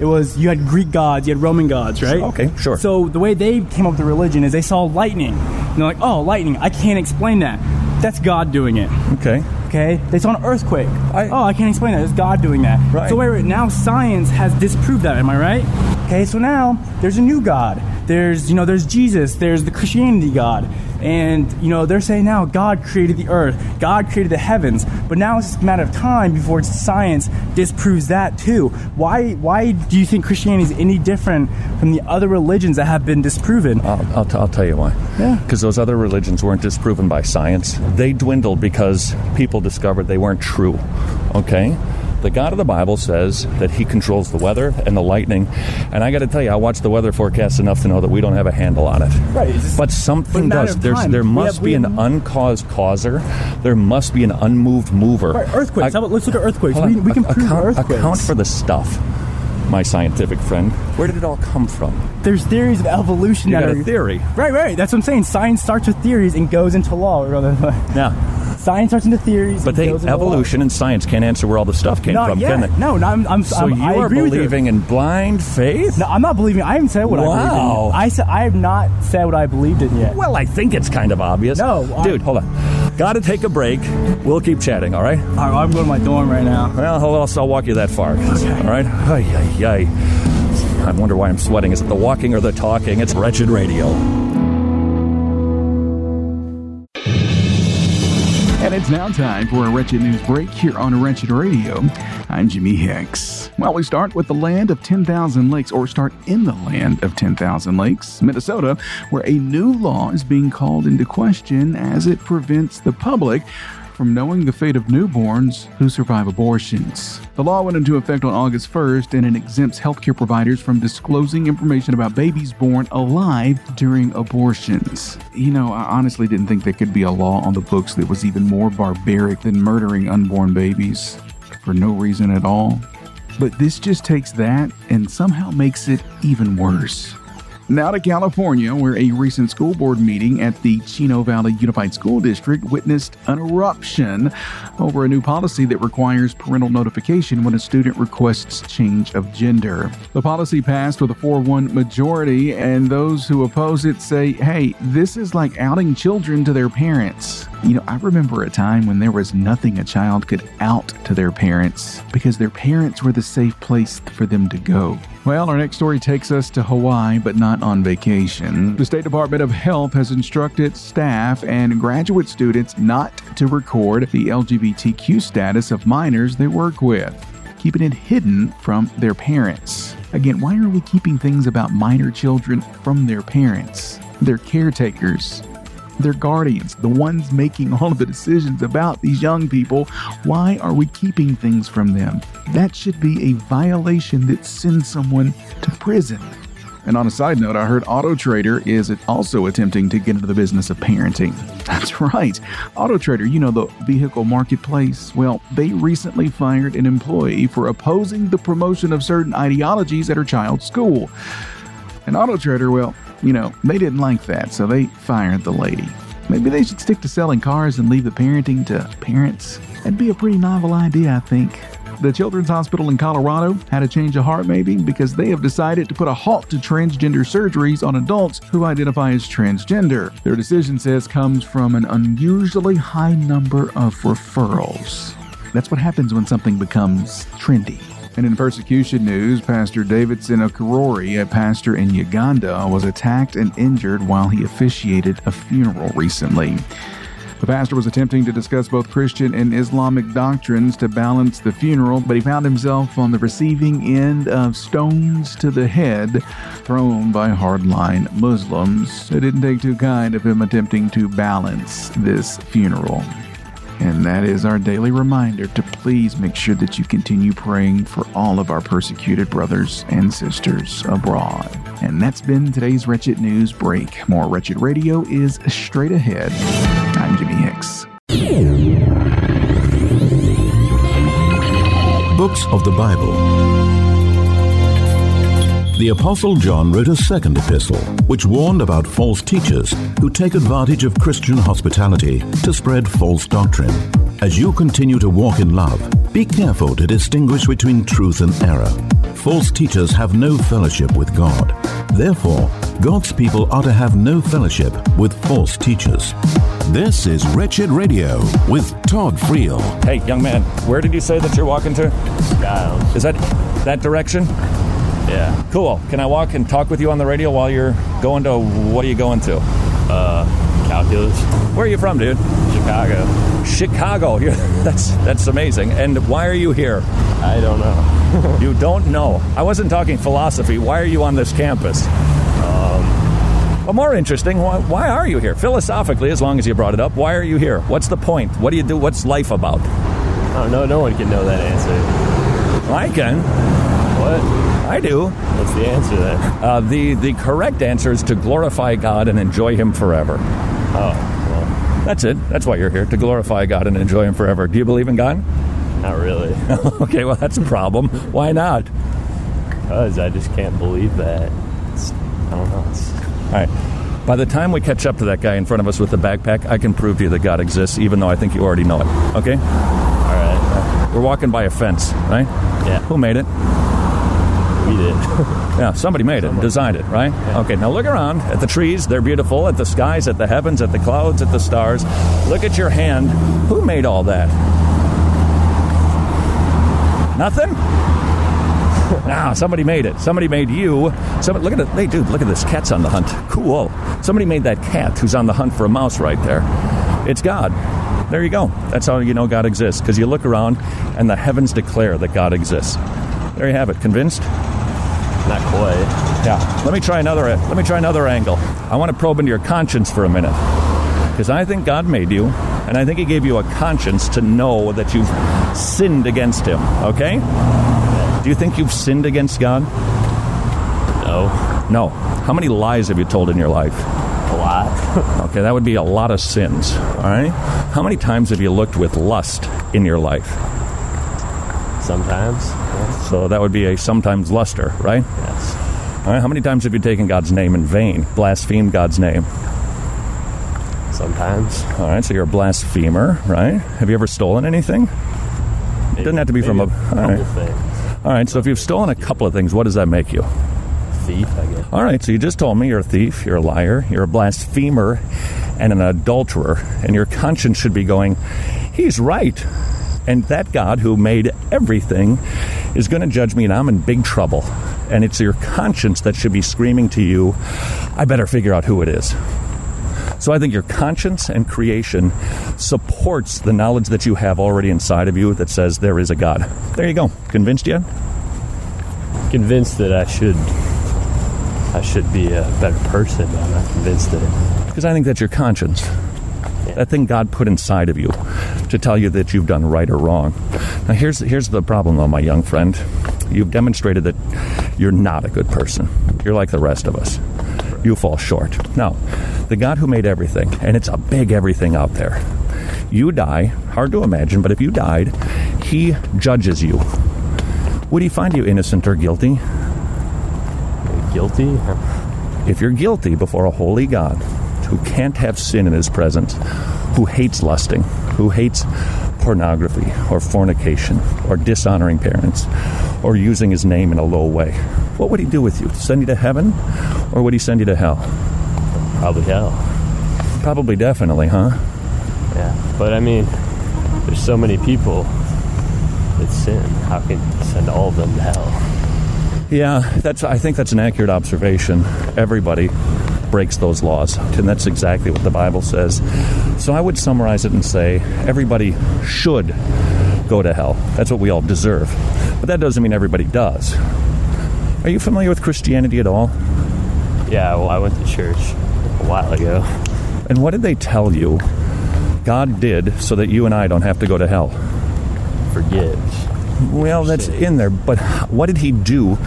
Speaker 10: It was you had Greek gods, you had Roman gods, right?
Speaker 5: Okay, sure.
Speaker 10: So the way they came up with the religion is they saw lightning. And they're like, oh, lightning! I can't explain that. That's God doing it.
Speaker 5: Okay.
Speaker 10: Okay, they saw an earthquake.
Speaker 5: I-
Speaker 10: oh, I can't explain that. It's God doing that.
Speaker 5: Right.
Speaker 10: So wait, wait, now science has disproved that. Am I right? Okay, so now there's a new God. There's you know there's Jesus. There's the Christianity God, And, you know, they're saying now God created the earth, God created the heavens. But now it's just a matter of time before science disproves that too. Why, why do you think Christianity is any different from the other religions that have been disproven?
Speaker 5: I'll, I'll, t- I'll tell you why.
Speaker 10: Yeah.
Speaker 5: Because those other religions weren't disproven by science. They dwindled because people discovered they weren't true. Okay? The God of the Bible says that He controls the weather and the lightning. And I got to tell you, I watch the weather forecast enough to know that we don't have a handle on it.
Speaker 10: Right, it's just-
Speaker 5: But something
Speaker 10: But a matter
Speaker 5: does.
Speaker 10: of
Speaker 5: There's,
Speaker 10: time.
Speaker 5: there
Speaker 10: We
Speaker 5: must
Speaker 10: have-
Speaker 5: be
Speaker 10: we-
Speaker 5: an uncaused causer. There must be an unmoved mover.
Speaker 10: Right, earthquakes. How about- let's look at earthquakes.
Speaker 5: Hold
Speaker 10: We,
Speaker 5: on.
Speaker 10: we can
Speaker 5: Ac-
Speaker 10: prove
Speaker 5: account,
Speaker 10: earthquakes.
Speaker 5: Account for the stuff, my scientific friend. Where did it all come from?
Speaker 10: There's theories of evolution
Speaker 5: You
Speaker 10: that
Speaker 5: got
Speaker 10: are
Speaker 5: a theory.
Speaker 10: Right, right. That's what I'm saying. Science starts with theories and goes into law. Rather,
Speaker 5: Yeah.
Speaker 10: science starts into theories.
Speaker 5: But
Speaker 10: and
Speaker 5: they,
Speaker 10: goes into law.
Speaker 5: evolution and science can't answer where all the stuff came
Speaker 10: Not
Speaker 5: from,
Speaker 10: yet.
Speaker 5: can they?
Speaker 10: No, no. I'm. I'm
Speaker 5: So
Speaker 10: I'm,
Speaker 5: you
Speaker 10: I
Speaker 5: are
Speaker 10: agree with you.
Speaker 5: believing in blind faith?
Speaker 10: No, I'm not believing. I haven't said what I believe
Speaker 5: Wow.
Speaker 10: in. I said I have not said what I believed in yet.
Speaker 5: Well, I think it's kind of obvious.
Speaker 10: No, I-
Speaker 5: Dude, hold on. Gotta take a break. We'll keep chatting, all right?
Speaker 10: All right, I'm going to my dorm right now.
Speaker 5: Well, hold on, so I'll walk you that far. All right? Ay, ay, ay. I wonder why I'm sweating. Is it the walking or the talking? It's Wretched Radio.
Speaker 8: And it's now time for a Wretched News break here on Wretched Radio. I'm Jimmy Hicks. Well, we start with the land of 10,000 lakes, or start in the land of 10,000 lakes, Minnesota, where a new law is being called into question as it prevents the public from knowing the fate of newborns who survive abortions. The law went into effect on August 1st and it exempts healthcare providers from disclosing information about babies born alive during abortions. You know, I honestly didn't think there could be a law on the books that was even more barbaric than murdering unborn babies for no reason at all. But this just takes that and somehow makes it even worse. Now to California, where a recent school board meeting at the Chino Valley Unified School District witnessed an eruption over a new policy that requires parental notification when a student requests change of gender. The policy passed with a 4 1 majority, and those who oppose it say, hey, this is like outing children to their parents. You know, I remember a time when there was nothing a child could out to their parents because their parents were the safe place for them to go. Well, our next story takes us to Hawaii, but not on vacation. The State Department of Health has instructed staff and graduate students not to record the LGBTQ status of minors they work with, keeping it hidden from their parents. Again, why are we keeping things about minor children from their parents? Their caretakers, their guardians, the ones making all of the decisions about these young people. Why are we keeping things from them? That should be a violation that sends someone to prison. And on a side note, I heard Auto Trader is also attempting to get into the business of parenting. That's right. Auto Trader, you know, the vehicle marketplace. Well, they recently fired an employee for opposing the promotion of certain ideologies at her child's school. And Auto Trader, well, you know, they didn't like that, so they fired the lady. Maybe they should stick to selling cars and leave the parenting to parents. That'd be a pretty novel idea, I think. The Children's Hospital in Colorado had a change of heart, maybe, because they have decided to put a halt to transgender surgeries on adults who identify as transgender. Their decision says comes from an unusually high number of referrals. That's what happens when something becomes trendy. And in persecution news, Pastor Davidson Okorori, a pastor in Uganda, was attacked and injured while he officiated a funeral recently. The pastor was attempting to discuss both Christian and Islamic doctrines to balance the funeral, but he found himself on the receiving end of stones to the head thrown by hardline Muslims. It didn't take too kind of him attempting to balance this funeral. And that is our daily reminder to please make sure that you continue praying for all of our persecuted brothers and sisters abroad. And that's been today's Wretched News Break. More Wretched Radio is straight ahead. I'm Jimmy Hicks.
Speaker 1: Books of the Bible. The Apostle John wrote a second epistle, which warned about false teachers who take advantage of Christian hospitality to spread false doctrine. As you continue to walk in love, be careful to distinguish between truth and error. False teachers have no fellowship with God. Therefore, God's people are to have no fellowship with false teachers.
Speaker 9: This is Wretched Radio with Todd Friel.
Speaker 5: Hey, young man, where did you say that you're walking to? Is that that direction?
Speaker 11: Yeah.
Speaker 5: Cool. Can I walk and talk with you on the radio while you're going to what are you going to?
Speaker 11: Uh, calculus.
Speaker 5: Where are you from, dude?
Speaker 11: Chicago.
Speaker 5: Chicago. You're, that's that's amazing. And why are you here?
Speaker 11: I don't know.
Speaker 5: you don't know. I wasn't talking philosophy. Why are you on this campus?
Speaker 11: Um,
Speaker 5: well, more interesting. Why, why are you here? Philosophically, as long as you brought it up, why are you here? What's the point? What do you do? What's life about?
Speaker 11: Oh no, no one can know that answer.
Speaker 5: I can.
Speaker 11: What?
Speaker 5: I do.
Speaker 11: What's the answer then?
Speaker 5: Uh, the the correct answer is to glorify God and enjoy Him forever.
Speaker 11: Oh.
Speaker 5: That's it. That's why you're here to glorify God and enjoy Him forever. Do you believe in God?
Speaker 11: Not really.
Speaker 5: okay, well that's a problem. Why not?
Speaker 11: Because I just can't believe that. It's, I don't know. It's...
Speaker 5: All right. By the time we catch up to that guy in front of us with the backpack, I can prove to you that God exists, even though I think you already know it. Okay? All
Speaker 11: right.
Speaker 5: We're walking by a fence, right?
Speaker 11: Yeah.
Speaker 5: Who made it?
Speaker 11: We did.
Speaker 5: yeah, somebody made it, somebody. designed it, right? Yeah. Okay, now look around at the trees. They're beautiful, at the skies, at the heavens, at the clouds, at the stars. Look at your hand. Who made all that? Nothing? now, nah, somebody made it. Somebody made you. Somebody, look at it. Hey, dude, look at this. Cat's on the hunt. Cool. Somebody made that cat who's on the hunt for a mouse right there. It's God. There you go. That's how you know God exists because you look around and the heavens declare that God exists. There you have it. Convinced?
Speaker 11: Not quite.
Speaker 5: Yeah. Let me try another. uh, Let me try another angle. I want to probe into your conscience for a minute, because I think God made you, and I think He gave you a conscience to know that you've sinned against Him. Okay? Do you think you've sinned against God?
Speaker 11: No.
Speaker 5: No. How many lies have you told in your life?
Speaker 11: A lot.
Speaker 5: okay, that would be a lot of sins. All right. How many times have you looked with lust in your life?
Speaker 11: Sometimes. Yes.
Speaker 5: So that would be a sometimes luster, right?
Speaker 11: Yes.
Speaker 5: All right, how many times have you taken God's name in vain, blasphemed God's name?
Speaker 11: Sometimes.
Speaker 5: All right, so you're a blasphemer, right? Have you ever stolen anything? Maybe, Doesn't have to be from a.
Speaker 11: a couple all right. things.
Speaker 5: All right, so if you've stolen a couple of things, what does that make you?
Speaker 11: Thief, I guess.
Speaker 5: All right, so you just told me you're a thief, you're a liar, you're a blasphemer, and an adulterer, and your conscience should be going, he's right and that God who made everything is going to judge me, and I'm in big trouble. And it's your conscience that should be screaming to you, I better figure out who it is. So I think your conscience and creation supports the knowledge that you have already inside of you that says there is a God. There you go. Convinced yet?
Speaker 11: Convinced that I should I should be a better person. I'm not convinced that
Speaker 5: because I think that's your conscience that thing God put inside of you to tell you that you've done right or wrong. Now, here's here's the problem, though, my young friend. You've demonstrated that you're not a good person. You're like the rest of us. You fall short. Now, the God who made everything, and it's a big everything out there. You die. Hard to imagine, but if you died, He judges you. Would He find you innocent or guilty?
Speaker 11: Guilty.
Speaker 5: If you're guilty before a holy God, who can't have sin in his presence, who hates lusting, who hates pornography or fornication or dishonoring parents or using his name in a low way, what would he do with you? Send you to heaven or would he send you to hell?
Speaker 11: Probably hell.
Speaker 5: Probably definitely, huh?
Speaker 11: Yeah, but I mean, there's so many people that sin. How can you send all of them to hell?
Speaker 5: Yeah, that's. I think that's an accurate observation. Everybody breaks those laws. And that's exactly what the Bible says. So I would summarize it and say everybody should go to hell. That's what we all deserve. But that doesn't mean everybody does. Are you familiar with Christianity at all?
Speaker 11: Yeah, well, I went to church a while ago.
Speaker 5: And what did they tell you God did so that you and I don't have to go to hell?
Speaker 11: Forgives.
Speaker 5: Well, that's in there, but what did he do?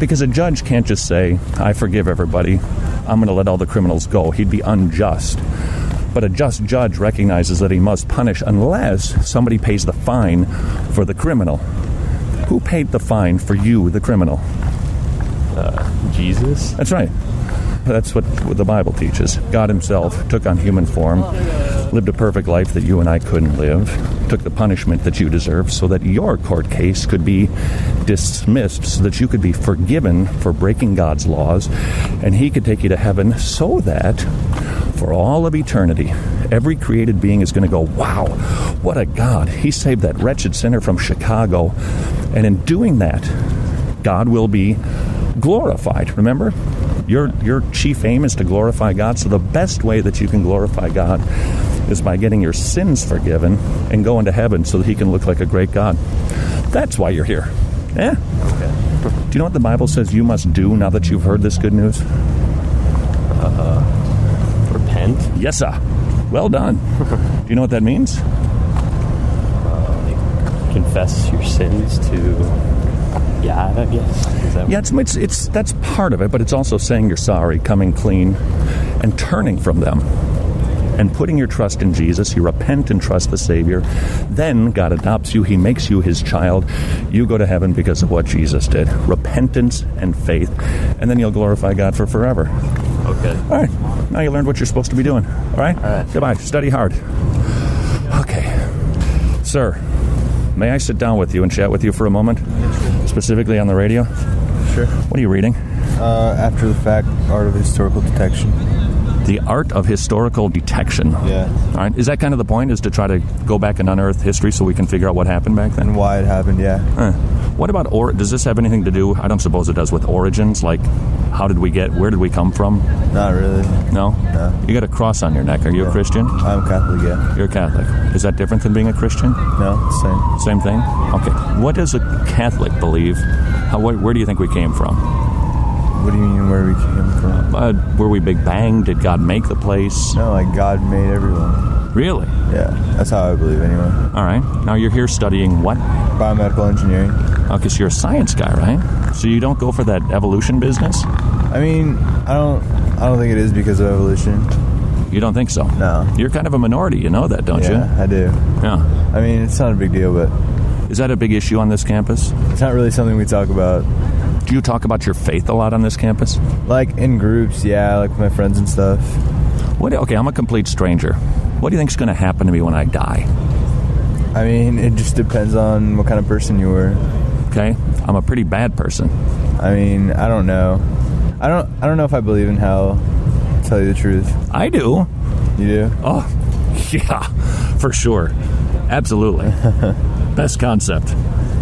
Speaker 5: Because a judge can't just say, I forgive everybody, I'm going to let all the criminals go. He'd be unjust. But a just judge recognizes that he must punish unless somebody pays the fine for the criminal. Who paid the fine for you, the criminal?
Speaker 11: Uh, Jesus.
Speaker 5: That's right. That's what the Bible teaches. God Himself took on human form, lived a perfect life that you and I couldn't live, took the punishment that you deserve so that your court case could be dismissed, so that you could be forgiven for breaking God's laws, and He could take you to heaven so that for all of eternity, every created being is going to go, Wow, what a God! He saved that wretched sinner from Chicago. And in doing that, God will be glorified. Remember? Your your chief aim is to glorify God. So the best way that you can glorify God is by getting your sins forgiven and going to heaven so that he can look like a great God. That's why you're here. Yeah. Okay. Do you know what the Bible says you must do now that you've heard this good news?
Speaker 11: Uh, repent.
Speaker 5: Yes, sir. Well done. do you know what that means?
Speaker 11: Uh, like confess your sins to yeah, I guess.
Speaker 5: yeah, it's, it's, it's, that's part of it, but it's also saying you're sorry, coming clean, and turning from them, and putting your trust in Jesus. You repent and trust the Savior. Then God adopts you. He makes you His child. You go to heaven because of what Jesus did. Repentance and faith, and then you'll glorify God for forever.
Speaker 11: Okay.
Speaker 5: All right. Now you learned what you're supposed to be doing. All right. All right. Goodbye. Study hard. Okay, sir. May I sit down with you and chat with you for a moment? Specifically on the radio?
Speaker 6: Sure.
Speaker 5: What are you reading?
Speaker 6: Uh, after the fact, Art of Historical Detection.
Speaker 5: The Art of Historical Detection.
Speaker 6: Yeah.
Speaker 5: All right. Is that kind of the point? Is to try to go back and unearth history so we can figure out what happened back then?
Speaker 6: And why it happened, yeah.
Speaker 5: Huh. What about, or does this have anything to do, I don't suppose it does, with origins? Like, how did we get, where did we come from?
Speaker 6: Not really.
Speaker 5: No?
Speaker 6: No.
Speaker 5: You got a cross on your neck. Are you
Speaker 6: Yeah.
Speaker 5: a Christian?
Speaker 6: I'm Catholic, yeah.
Speaker 5: You're a Catholic. Is that different than being a Christian?
Speaker 6: No, same.
Speaker 5: Same thing? Okay. What does a Catholic believe? How, wh- where do you think we came from?
Speaker 6: What do you mean where we came from?
Speaker 5: Uh, were we Big Bang? Did God make the place?
Speaker 6: No, like God made everyone.
Speaker 5: Really?
Speaker 6: Yeah, that's how I believe anyway.
Speaker 5: All right. Now you're here studying what?
Speaker 6: Biomedical engineering.
Speaker 5: Okay, so you're a science guy, right? So you don't go for that evolution business?
Speaker 6: I mean, I don't, I don't think it is because of evolution.
Speaker 5: You don't think so?
Speaker 6: No.
Speaker 5: You're kind of a minority. You know that, don't
Speaker 6: yeah,
Speaker 5: you?
Speaker 6: I do.
Speaker 5: Yeah.
Speaker 6: I mean, it's not a big deal, but
Speaker 5: Is that a big issue on this campus?
Speaker 6: it's not really something we talk about.
Speaker 5: Do you talk about your faith a lot on this campus?
Speaker 6: Like in groups, yeah, like with my friends and stuff.
Speaker 5: What? Okay, I'm a complete stranger. What do you think's going to happen to me when I die?
Speaker 6: I mean, it just depends on what kind of person you were.
Speaker 5: Okay, I'm a pretty bad person.
Speaker 6: I mean, I don't know. I don't. I don't know if I believe in hell. To tell you the truth,
Speaker 5: I do.
Speaker 6: you do.
Speaker 5: Oh, yeah, for sure. Absolutely. Best concept.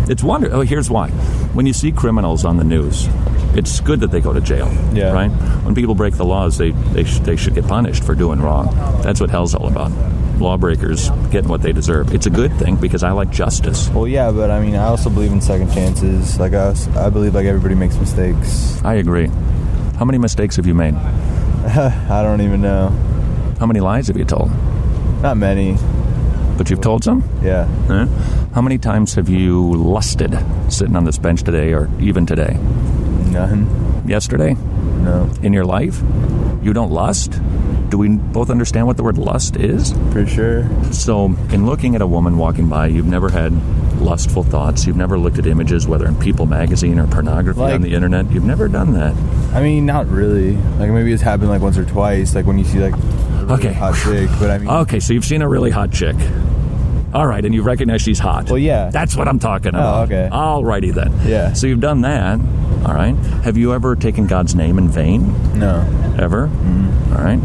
Speaker 5: It's wonder. Oh, here's why. When you see criminals on the news, it's good that they go to jail.
Speaker 6: Yeah.
Speaker 5: Right. When people break the laws, they they, sh- they should get punished for doing wrong. That's what hell's all about. Lawbreakers getting what they deserve. It's a good thing because I like justice.
Speaker 6: Well, yeah, but I mean, I also believe in second chances. Like I, als- I believe like everybody makes mistakes.
Speaker 5: I agree. How many mistakes have you made?
Speaker 6: I don't even know.
Speaker 5: How many lies have you told?
Speaker 6: Not many.
Speaker 5: But you've told some.
Speaker 6: Yeah.
Speaker 5: Huh? How many times have you lusted sitting on this bench today, or even today?
Speaker 6: None.
Speaker 5: Yesterday?
Speaker 6: No.
Speaker 5: in your life? You don't lust? Do we both understand what the word lust is?
Speaker 6: For sure.
Speaker 5: So, in looking at a woman walking by, you've never had lustful thoughts. You've never looked at images, whether in People magazine or pornography
Speaker 6: Like-
Speaker 5: on the internet. You've never done that.
Speaker 6: I mean, not really. Like maybe it's happened like once or twice. Like when you see like a really
Speaker 5: Okay.
Speaker 6: hot chick. But I mean,
Speaker 5: Okay, so you've seen a really hot chick. All right, and you recognize she's hot.
Speaker 6: Well, yeah. Oh,
Speaker 5: That's what I'm talking about.
Speaker 6: okay.
Speaker 5: All righty then.
Speaker 6: Yeah.
Speaker 5: So you've done that. All right. Have you ever taken God's name in vain?
Speaker 6: no.
Speaker 5: Ever? Mm-hmm. right.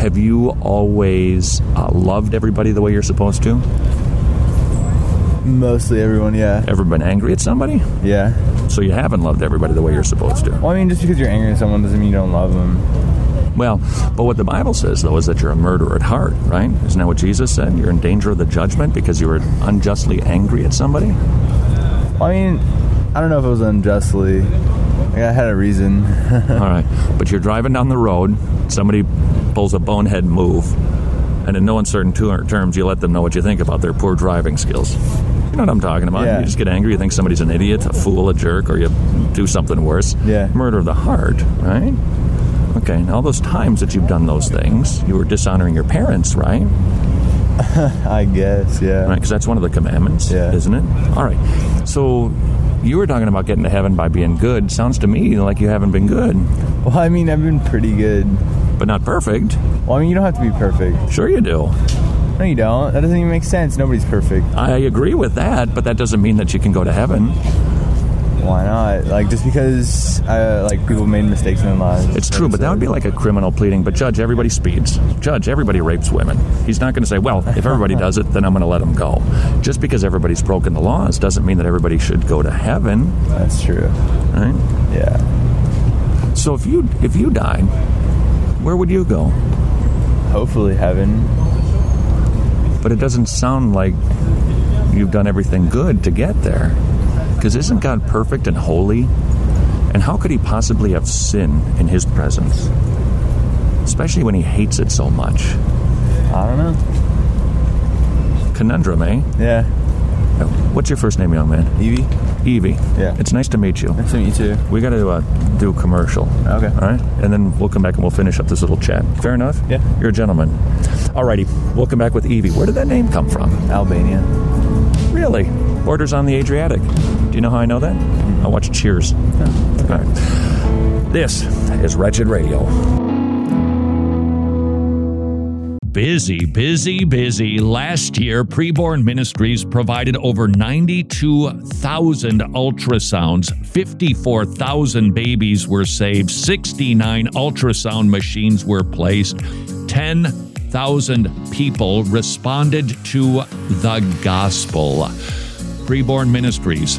Speaker 5: Have you always uh, loved everybody the way you're supposed to?
Speaker 6: Mostly everyone, yeah,
Speaker 5: Ever been angry at somebody?
Speaker 6: yeah.
Speaker 5: So you haven't loved everybody the way you're supposed to.
Speaker 6: Well, I mean, just because you're angry at someone doesn't mean you don't love them.
Speaker 5: Well, but what the Bible says, though, is that you're a murderer at heart, right? Isn't that what Jesus said? You're in danger of the judgment because you were unjustly angry at somebody?
Speaker 6: Well, I mean, I don't know if it was unjustly. Like I had a reason.
Speaker 5: All right. But you're driving down the road, somebody pulls a bonehead move, and in no uncertain tu- terms, you let them know what you think about their poor driving skills. You know what I'm talking about.
Speaker 6: Yeah.
Speaker 5: You just get angry, you think somebody's an idiot, a fool, a jerk, or you do something worse.
Speaker 6: Yeah.
Speaker 5: Murder of the heart, right? Okay, and all those times that you've done those things, you were dishonoring your parents, right?
Speaker 6: I guess, yeah.
Speaker 5: Right, because that's one of the commandments,
Speaker 6: Yeah.
Speaker 5: isn't it? All right. So you were talking about getting to heaven by being good. Sounds to me like you haven't been good,
Speaker 6: Well, I mean, I've been pretty good.
Speaker 5: but not perfect.
Speaker 6: Well, I mean, you don't have to be perfect.
Speaker 5: Sure, you do.
Speaker 6: No, you don't. That doesn't even make sense. Nobody's perfect.
Speaker 5: I agree with that, but that doesn't mean that you can go to heaven.
Speaker 6: Why not? Like, just because uh, like people made mistakes in their lives.
Speaker 5: It's true, but that would be like a criminal pleading. But judge, everybody speeds. Judge, everybody rapes women. He's not going to say, well, if everybody does it, then I'm going to let them go. Just because everybody's broken the laws doesn't mean that everybody should go to heaven,
Speaker 6: That's true.
Speaker 5: right?
Speaker 6: Yeah.
Speaker 12: So if you if you died, where would you go?
Speaker 6: Hopefully heaven.
Speaker 12: But it doesn't sound like you've done everything good to get there. Because isn't God perfect and holy? And how could he possibly have sin in his presence? Especially when he hates it so much.
Speaker 6: I don't know.
Speaker 12: Conundrum, eh?
Speaker 6: Yeah.
Speaker 12: What's your first name, young man?
Speaker 6: Evie.
Speaker 12: Evie.
Speaker 6: Yeah. Oh.
Speaker 12: It's nice to meet you. Nice
Speaker 6: to meet you too.
Speaker 12: We got to uh, do a commercial. Okay. All right. And then we'll come back and we'll finish up this little chat. Fair enough? Yeah. You're a gentleman. All righty. We'll come back with Evie. Where did that name come from?
Speaker 6: Albania.
Speaker 12: Really? Borders on the Adriatic. Do you know how I know that? I watch Cheers. All right. This is Wretched Radio.
Speaker 5: Busy, busy, busy. Last year, Preborn Ministries provided over 92,000 ultrasounds. 54,000 babies were saved. 69 ultrasound machines were placed. 10,000 people responded to the gospel. Preborn Ministries,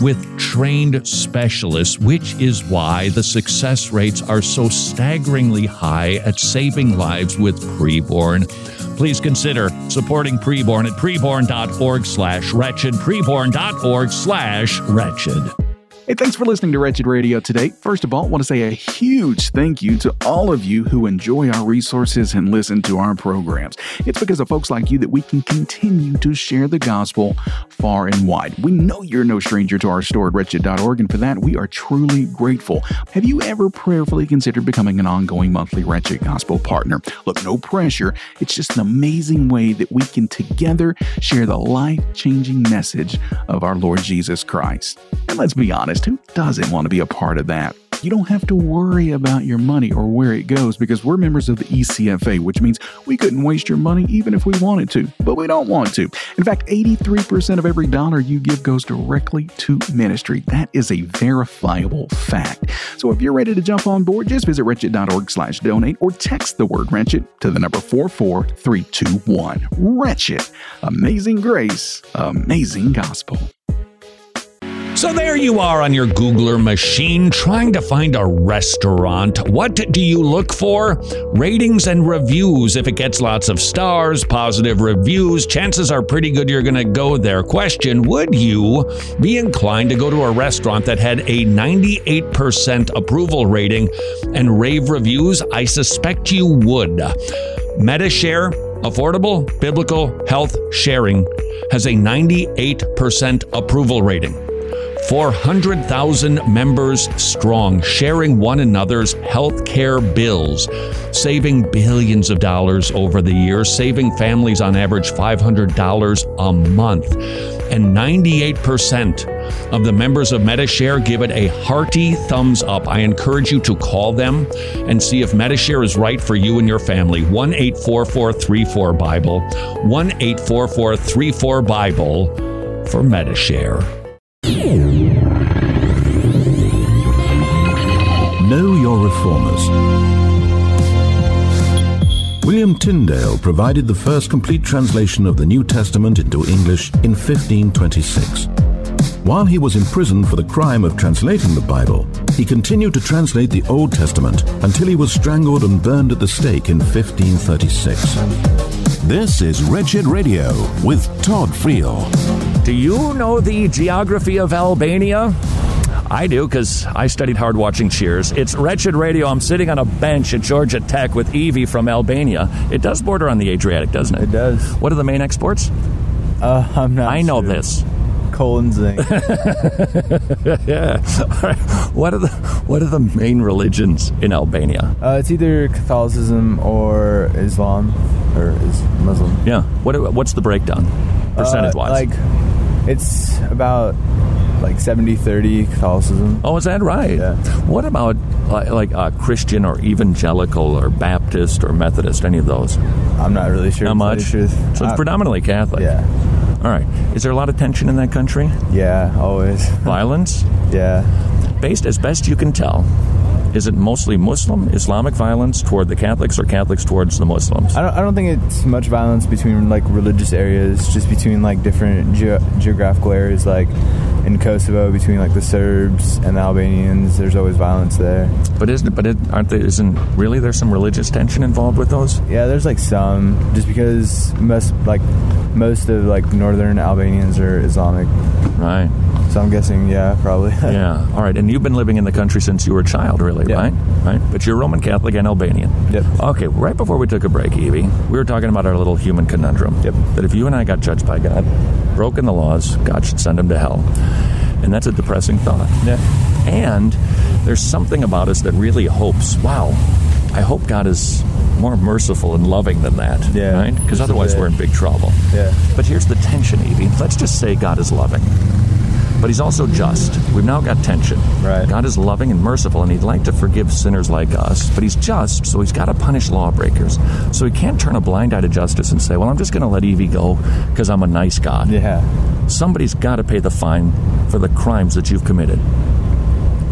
Speaker 5: with trained specialists, which is why the success rates are so staggeringly high at saving lives with preborn. Please consider supporting preborn at preborn.org slash wretched, preborn.org slash wretched.
Speaker 8: Hey, thanks for listening to Wretched Radio today. First of all, I want to say a huge thank you to all of you who enjoy our resources and listen to our programs. It's because of folks like you that we can continue to share the gospel far and wide. We know you're no stranger to our store at wretched.org, and for that, we are truly grateful. Have you ever prayerfully considered becoming an ongoing monthly Wretched Gospel partner? Look, no pressure. It's just an amazing way that we can together share the life changing message of our Lord Jesus Christ. And let's be honest, who doesn't want to be a part of that? You don't have to worry about your money or where it goes because we're members of the E ECFA, which means we couldn't waste your money even if we wanted to, but we don't want to. In fact, 83% of every dollar you give goes directly to ministry. That is a verifiable fact. So if you're ready to jump on board, just visit wretched.org slash donate or text the word wretched to the number 44321. Wretched. Amazing grace, amazing gospel.
Speaker 5: So there you are on your Googler machine trying to find a restaurant. What do you look for? Ratings and reviews. If it gets lots of stars, positive reviews, chances are pretty good you're going to go there. Question Would you be inclined to go to a restaurant that had a 98% approval rating and rave reviews? I suspect you would. Metashare, affordable biblical health sharing, has a 98% approval rating. 400,000 members strong, sharing one another's healthcare bills, saving billions of dollars over the years, saving families on average $500 a month. And 98% of the members of Metashare give it a hearty thumbs up. I encourage you to call them and see if Metashare is right for you and your family. 1 844 Bible, 1 844 Bible for Metashare.
Speaker 1: Know your reformers. William Tyndale provided the first complete translation of the New Testament into English in 1526. While he was imprisoned for the crime of translating the Bible, he continued to translate the Old Testament until he was strangled and burned at the stake in 1536.
Speaker 13: This is Wretched Radio with Todd Friel.
Speaker 12: Do you know the geography of Albania? I do because I studied hard watching Cheers. It's Wretched Radio. I'm sitting on a bench at Georgia Tech with Evie from Albania. It does border on the Adriatic, doesn't it? It
Speaker 6: does.
Speaker 12: What are the main exports?
Speaker 6: Uh, I'm not.
Speaker 12: I know this.
Speaker 6: Coal and zinc.
Speaker 12: yeah. All right. What are the What are the main religions in Albania?
Speaker 6: Uh, it's either Catholicism or Islam or is Muslim. Uh,
Speaker 12: Yeah. What What's the breakdown, percentage wise?
Speaker 6: like, it's about
Speaker 14: like 70 30 Catholicism.
Speaker 5: Oh, is that right? What about li- like uh, Christian or evangelical or Baptist or Methodist? Any of those?
Speaker 14: I'm not really sure.
Speaker 5: Not
Speaker 14: to tell you
Speaker 5: much.
Speaker 14: the truth.
Speaker 5: So it's
Speaker 14: Uh,
Speaker 5: predominantly Catholic.
Speaker 14: Yeah.
Speaker 5: All right. Is there a lot of tension in that country?
Speaker 14: Yeah, always.
Speaker 5: Violence?
Speaker 14: Yeah.
Speaker 5: Based as best you can tell, is it mostly Muslim Islamic violence toward the Catholics or Catholics towards the Muslims?
Speaker 14: I don't, I don't think it's much violence between like religious areas, just between like different ge- geographical areas, like in Kosovo between like the Serbs and the Albanians. There's always violence there.
Speaker 5: But isn't but it, aren't there isn't really there's some religious tension involved with those?
Speaker 14: Yeah, there's like some, just because most like most of like northern Albanians are Islamic.
Speaker 5: Right.
Speaker 14: So I'm guessing, yeah, probably.
Speaker 5: yeah. All right. And you've been living in the country since you were a child, really, right? Right. But you're Roman Catholic and Albanian.
Speaker 14: Yep.
Speaker 5: Okay. Right before we took a break, Evie, we were talking about our little human conundrum. Yep. That if you and I got judged by God, broken the laws, God should send him to hell, and that's a depressing thought. Yeah. And there's something about us that really hopes. Wow. I hope God is more merciful and loving than that. Yeah. Right. Because
Speaker 14: Just a
Speaker 5: otherwise
Speaker 14: bit.
Speaker 5: we're in big trouble.
Speaker 14: Yeah.
Speaker 5: But here's the tension, Evie. Let's just say God is loving. But he's also just. We've now got tension. Right. God is loving and merciful, and he'd like to forgive sinners like us. But he's just, so he's got to punish lawbreakers. So he can't turn a blind eye to justice and say, well, I'm just going to let Evie go because I'm a nice God.
Speaker 14: Yeah.
Speaker 5: Somebody's got to pay the fine for the crimes that you've committed.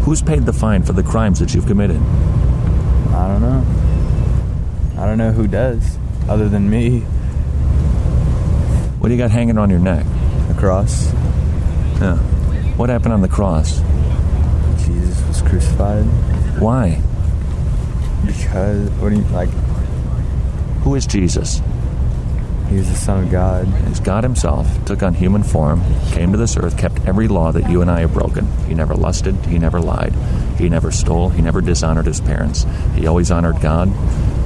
Speaker 5: Who's paid the fine for the crimes that you've committed?
Speaker 14: I don't know. I don't know who does, other than me.
Speaker 5: What do you got hanging on your neck?
Speaker 14: A cross.
Speaker 5: Yeah. What happened on the cross?
Speaker 14: Jesus was crucified.
Speaker 5: Why?
Speaker 14: Because what do you like?
Speaker 5: Who is Jesus?
Speaker 14: He was the Son of God.
Speaker 5: He's God Himself, took on human form, came to this earth, kept every law that you and I have broken. He never lusted, He never lied, He never stole, He never dishonored His parents. He always honored God,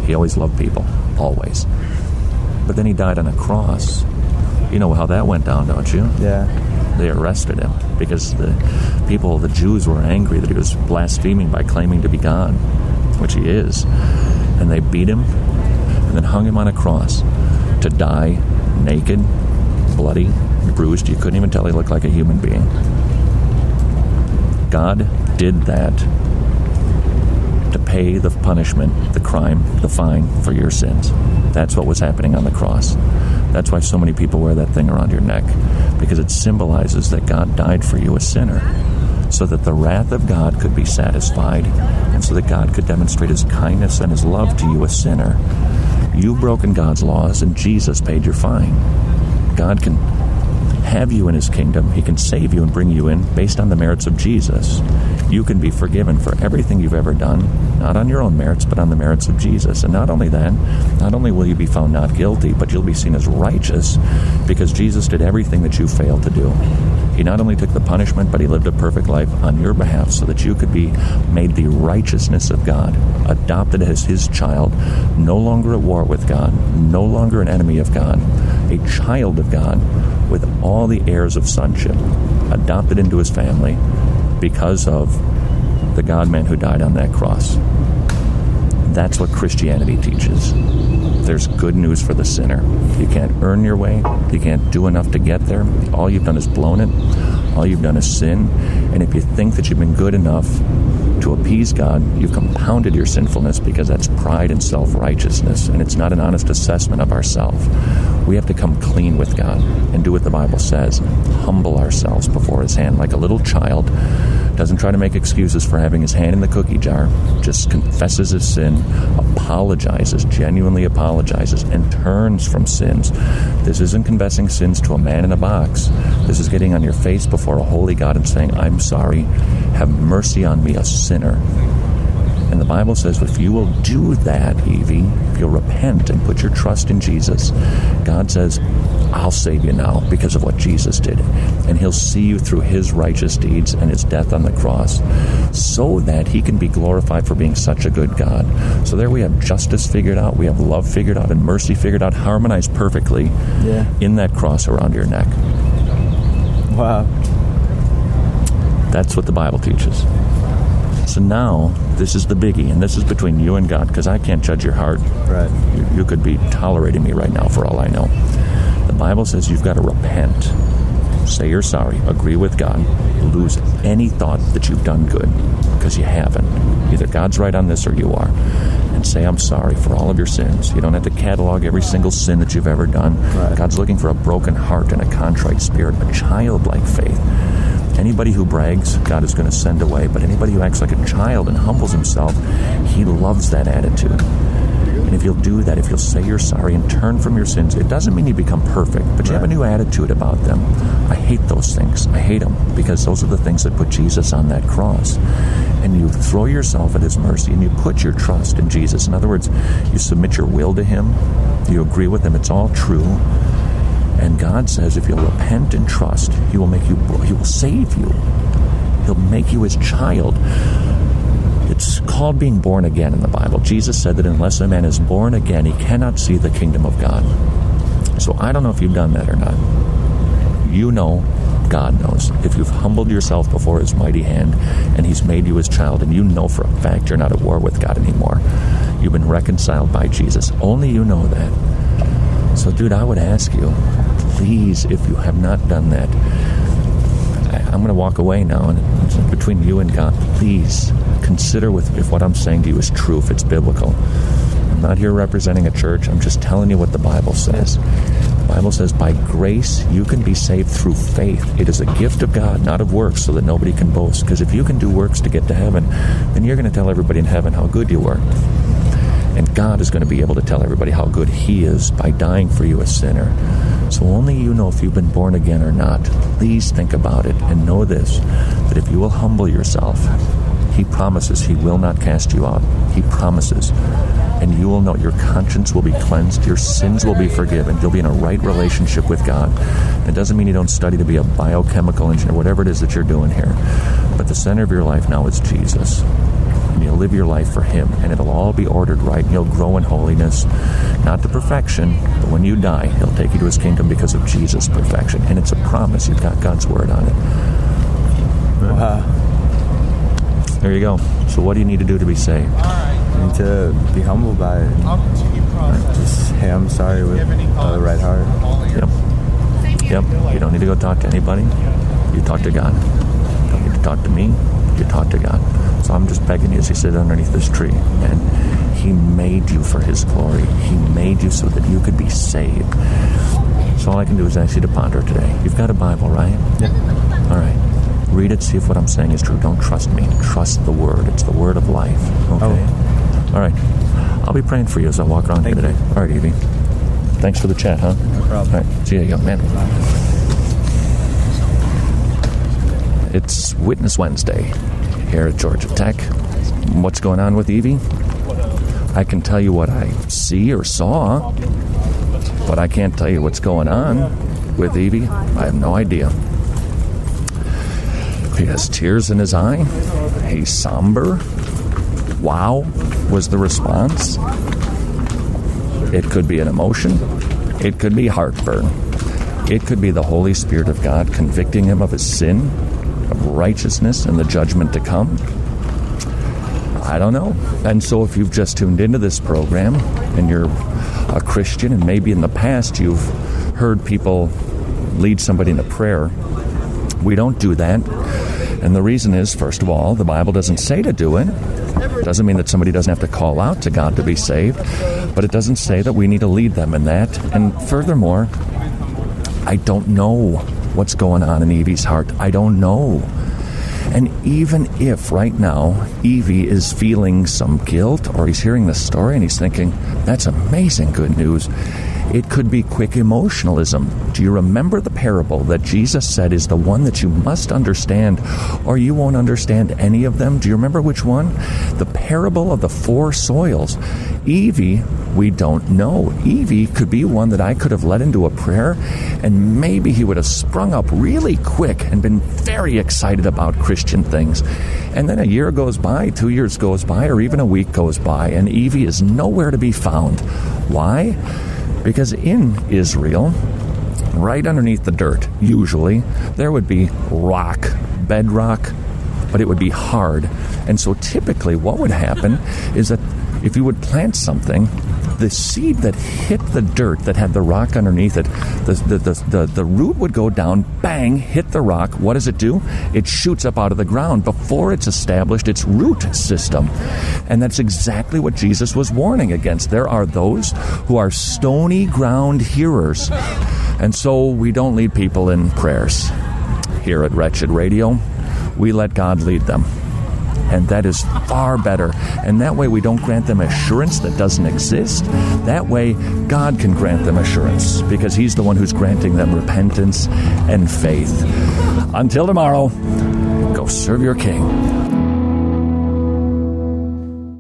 Speaker 5: He always loved people, always. But then He died on a cross. You know how that went down, don't you?
Speaker 14: Yeah.
Speaker 5: They arrested Him because the people, the Jews, were angry that He was blaspheming by claiming to be God, which He is. And they beat Him and then hung Him on a cross to die naked, bloody, bruised. You couldn't even tell he looked like a human being. God did that to pay the punishment, the crime, the fine for your sins. That's what was happening on the cross. That's why so many people wear that thing around your neck, because it symbolizes that God died for you, a sinner, so that the wrath of God could be satisfied, and so that God could demonstrate his kindness and his love to you, a sinner. You've broken God's laws, and Jesus paid your fine. God can have you in his kingdom. He can save you and bring you in based on the merits of Jesus. You can be forgiven for everything you've ever done, not on your own merits, but on the merits of Jesus. And not only that, not only will you be found not guilty, but you'll be seen as righteous because Jesus did everything that you failed to do. He not only took the punishment, but he lived a perfect life on your behalf so that you could be made the righteousness of God, adopted as his child, no longer at war with God, no longer an enemy of God, a child of God with all the heirs of sonship, adopted into his family because of the God man who died on that cross. That's what Christianity teaches. There's good news for the sinner. You can't earn your way, you can't do enough to get there. All you've done is blown it, all you've done is sin. And if you think that you've been good enough to appease God, you've compounded your sinfulness because that's pride and self righteousness, and it's not an honest assessment of ourselves. We have to come clean with God and do what the Bible says humble ourselves before His hand like a little child. Doesn't try to make excuses for having his hand in the cookie jar, just confesses his sin, apologizes, genuinely apologizes, and turns from sins. This isn't confessing sins to a man in a box. This is getting on your face before a holy God and saying, I'm sorry, have mercy on me, a sinner. And the Bible says if you will do that, Evie, if you'll repent and put your trust in Jesus, God says, I'll save you now because of what Jesus did. And He'll see you through His righteous deeds and His death on the cross so that He can be glorified for being such a good God. So there we have justice figured out, we have love figured out, and mercy figured out, harmonized perfectly
Speaker 14: Yeah.
Speaker 5: in that cross around your neck.
Speaker 14: Wow.
Speaker 5: That's what the Bible teaches. So now, this is the biggie, and this is between you and God, because I can't judge your heart.
Speaker 14: Right.
Speaker 5: You, you could be tolerating me right now, for all I know. The Bible says you've got to repent. Say you're sorry, agree with God, lose any thought that you've done good, because you haven't. Either God's right on this or you are. And say, I'm sorry for all of your sins. You don't have to catalog every single sin that you've ever done. God's looking for a broken heart and a contrite spirit, a childlike faith. Anybody who brags, God is going to send away, but anybody who acts like a child and humbles himself, He loves that attitude. And if you'll do that, if you'll say you're sorry and turn from your sins, it doesn't mean you become perfect, but you have a new attitude about them. I hate those things. I hate them because those are the things that put Jesus on that cross. And you throw yourself at his mercy and you put your trust in Jesus. In other words, you submit your will to him, you agree with him, it's all true. And God says if you'll repent and trust, he will make you he will save you. He'll make you his child. It's called being born again in the Bible. Jesus said that unless a man is born again, he cannot see the kingdom of God. So I don't know if you've done that or not. You know, God knows. If you've humbled yourself before his mighty hand and he's made you his child, and you know for a fact you're not at war with God anymore, you've been reconciled by Jesus. Only you know that. So, dude, I would ask you, please, if you have not done that, I, I'm going to walk away now, and it's between you and God, please consider with if what I'm saying to you is true, if it's biblical. I'm not here representing a church. I'm just telling you what the Bible says. The Bible says, by grace, you can be saved through faith. It is a gift of God, not of works, so that nobody can boast. Because if you can do works to get to heaven, then you're going to tell everybody in heaven how good you were. And God is going to be able to tell everybody how good He is by dying for you, a sinner. So only you know if you've been born again or not. Please think about it and know this that if you will humble yourself, He promises He will not cast you out. He promises. And you will know your conscience will be cleansed, your sins will be forgiven, you'll be in a right relationship with God. It doesn't mean you don't study to be a biochemical engineer, whatever it is that you're doing here. But the center of your life now is Jesus and you'll live your life for Him, and it'll all be ordered right, and you'll grow in holiness, not to perfection, but when you die, He'll take you to His kingdom because of Jesus' perfection, and it's a promise. You've got God's word on it. There you go. So, what do you need to do to be saved?
Speaker 14: You need to be humbled by it. Just, hey, I'm sorry with uh, the right heart.
Speaker 5: Yep. Yep. You don't need to go talk to anybody. You talk to God. You don't need to talk to me. You talk to God. So I'm just begging you as you sit underneath this tree. And He made you for His glory. He made you so that you could be saved. So all I can do is ask you to ponder today. You've got a Bible, right? Yeah. All right. Read it. See if what I'm saying is true. Don't trust me. Trust the Word. It's the Word of life. Okay. All right. I'll be praying for Oh. you as I walk around here today. All right, Evie. Thanks for the chat, huh? No problem. All right. See you, young man. It's Witness Wednesday here at Georgia Tech. What's going on with Evie? I can tell you what I see or saw, but I can't tell you what's going on with Evie. I have no idea. He has tears in his eye. He's somber. Wow, was the response. It could be an emotion. It could be heartburn. It could be the Holy Spirit of God convicting him of his sin, of righteousness, and the judgment to come. I don't know. And so, if you've just tuned into this program and you're a Christian, and maybe in the past you've heard people lead somebody in a prayer, we don't do that. And the reason is, first of all, the Bible doesn't say to do it. It doesn't mean that somebody doesn't have to call out to God to be saved, but it doesn't say that we need to lead them in that. And furthermore, I don't know what's going on in Evie's heart. I don't know. And even if right now Evie is feeling some guilt or he's hearing this story and he's thinking, that's amazing good news, it could be quick emotionalism. Do you remember the parable that Jesus said is the one that you must understand or you won't understand any of them? Do you remember which one? The parable of the four soils. Evie, we don't know. Evie could be one that I could have led into a prayer, and maybe he would have sprung up really quick and been very excited about Christian things. And then a year goes by, two years goes by, or even a week goes by, and Evie is nowhere to be found. Why? Because in Israel, right underneath the dirt, usually, there would be rock, bedrock, but it would be hard. And so typically, what would happen is that if you would plant something, the seed that hit the dirt that had the rock underneath it, the, the, the, the, the root would go down, bang, hit the rock. What does it do? It shoots up out of the ground before it's established its root system. And that's exactly what Jesus was warning against. There are those who are stony ground hearers. And so we don't lead people in prayers. Here at Wretched Radio, we let God lead them and that is far better. And that way, we don't grant them assurance that doesn't exist. That way, God can grant them assurance because He's the one who's granting them repentance and faith. Until tomorrow, go serve your King.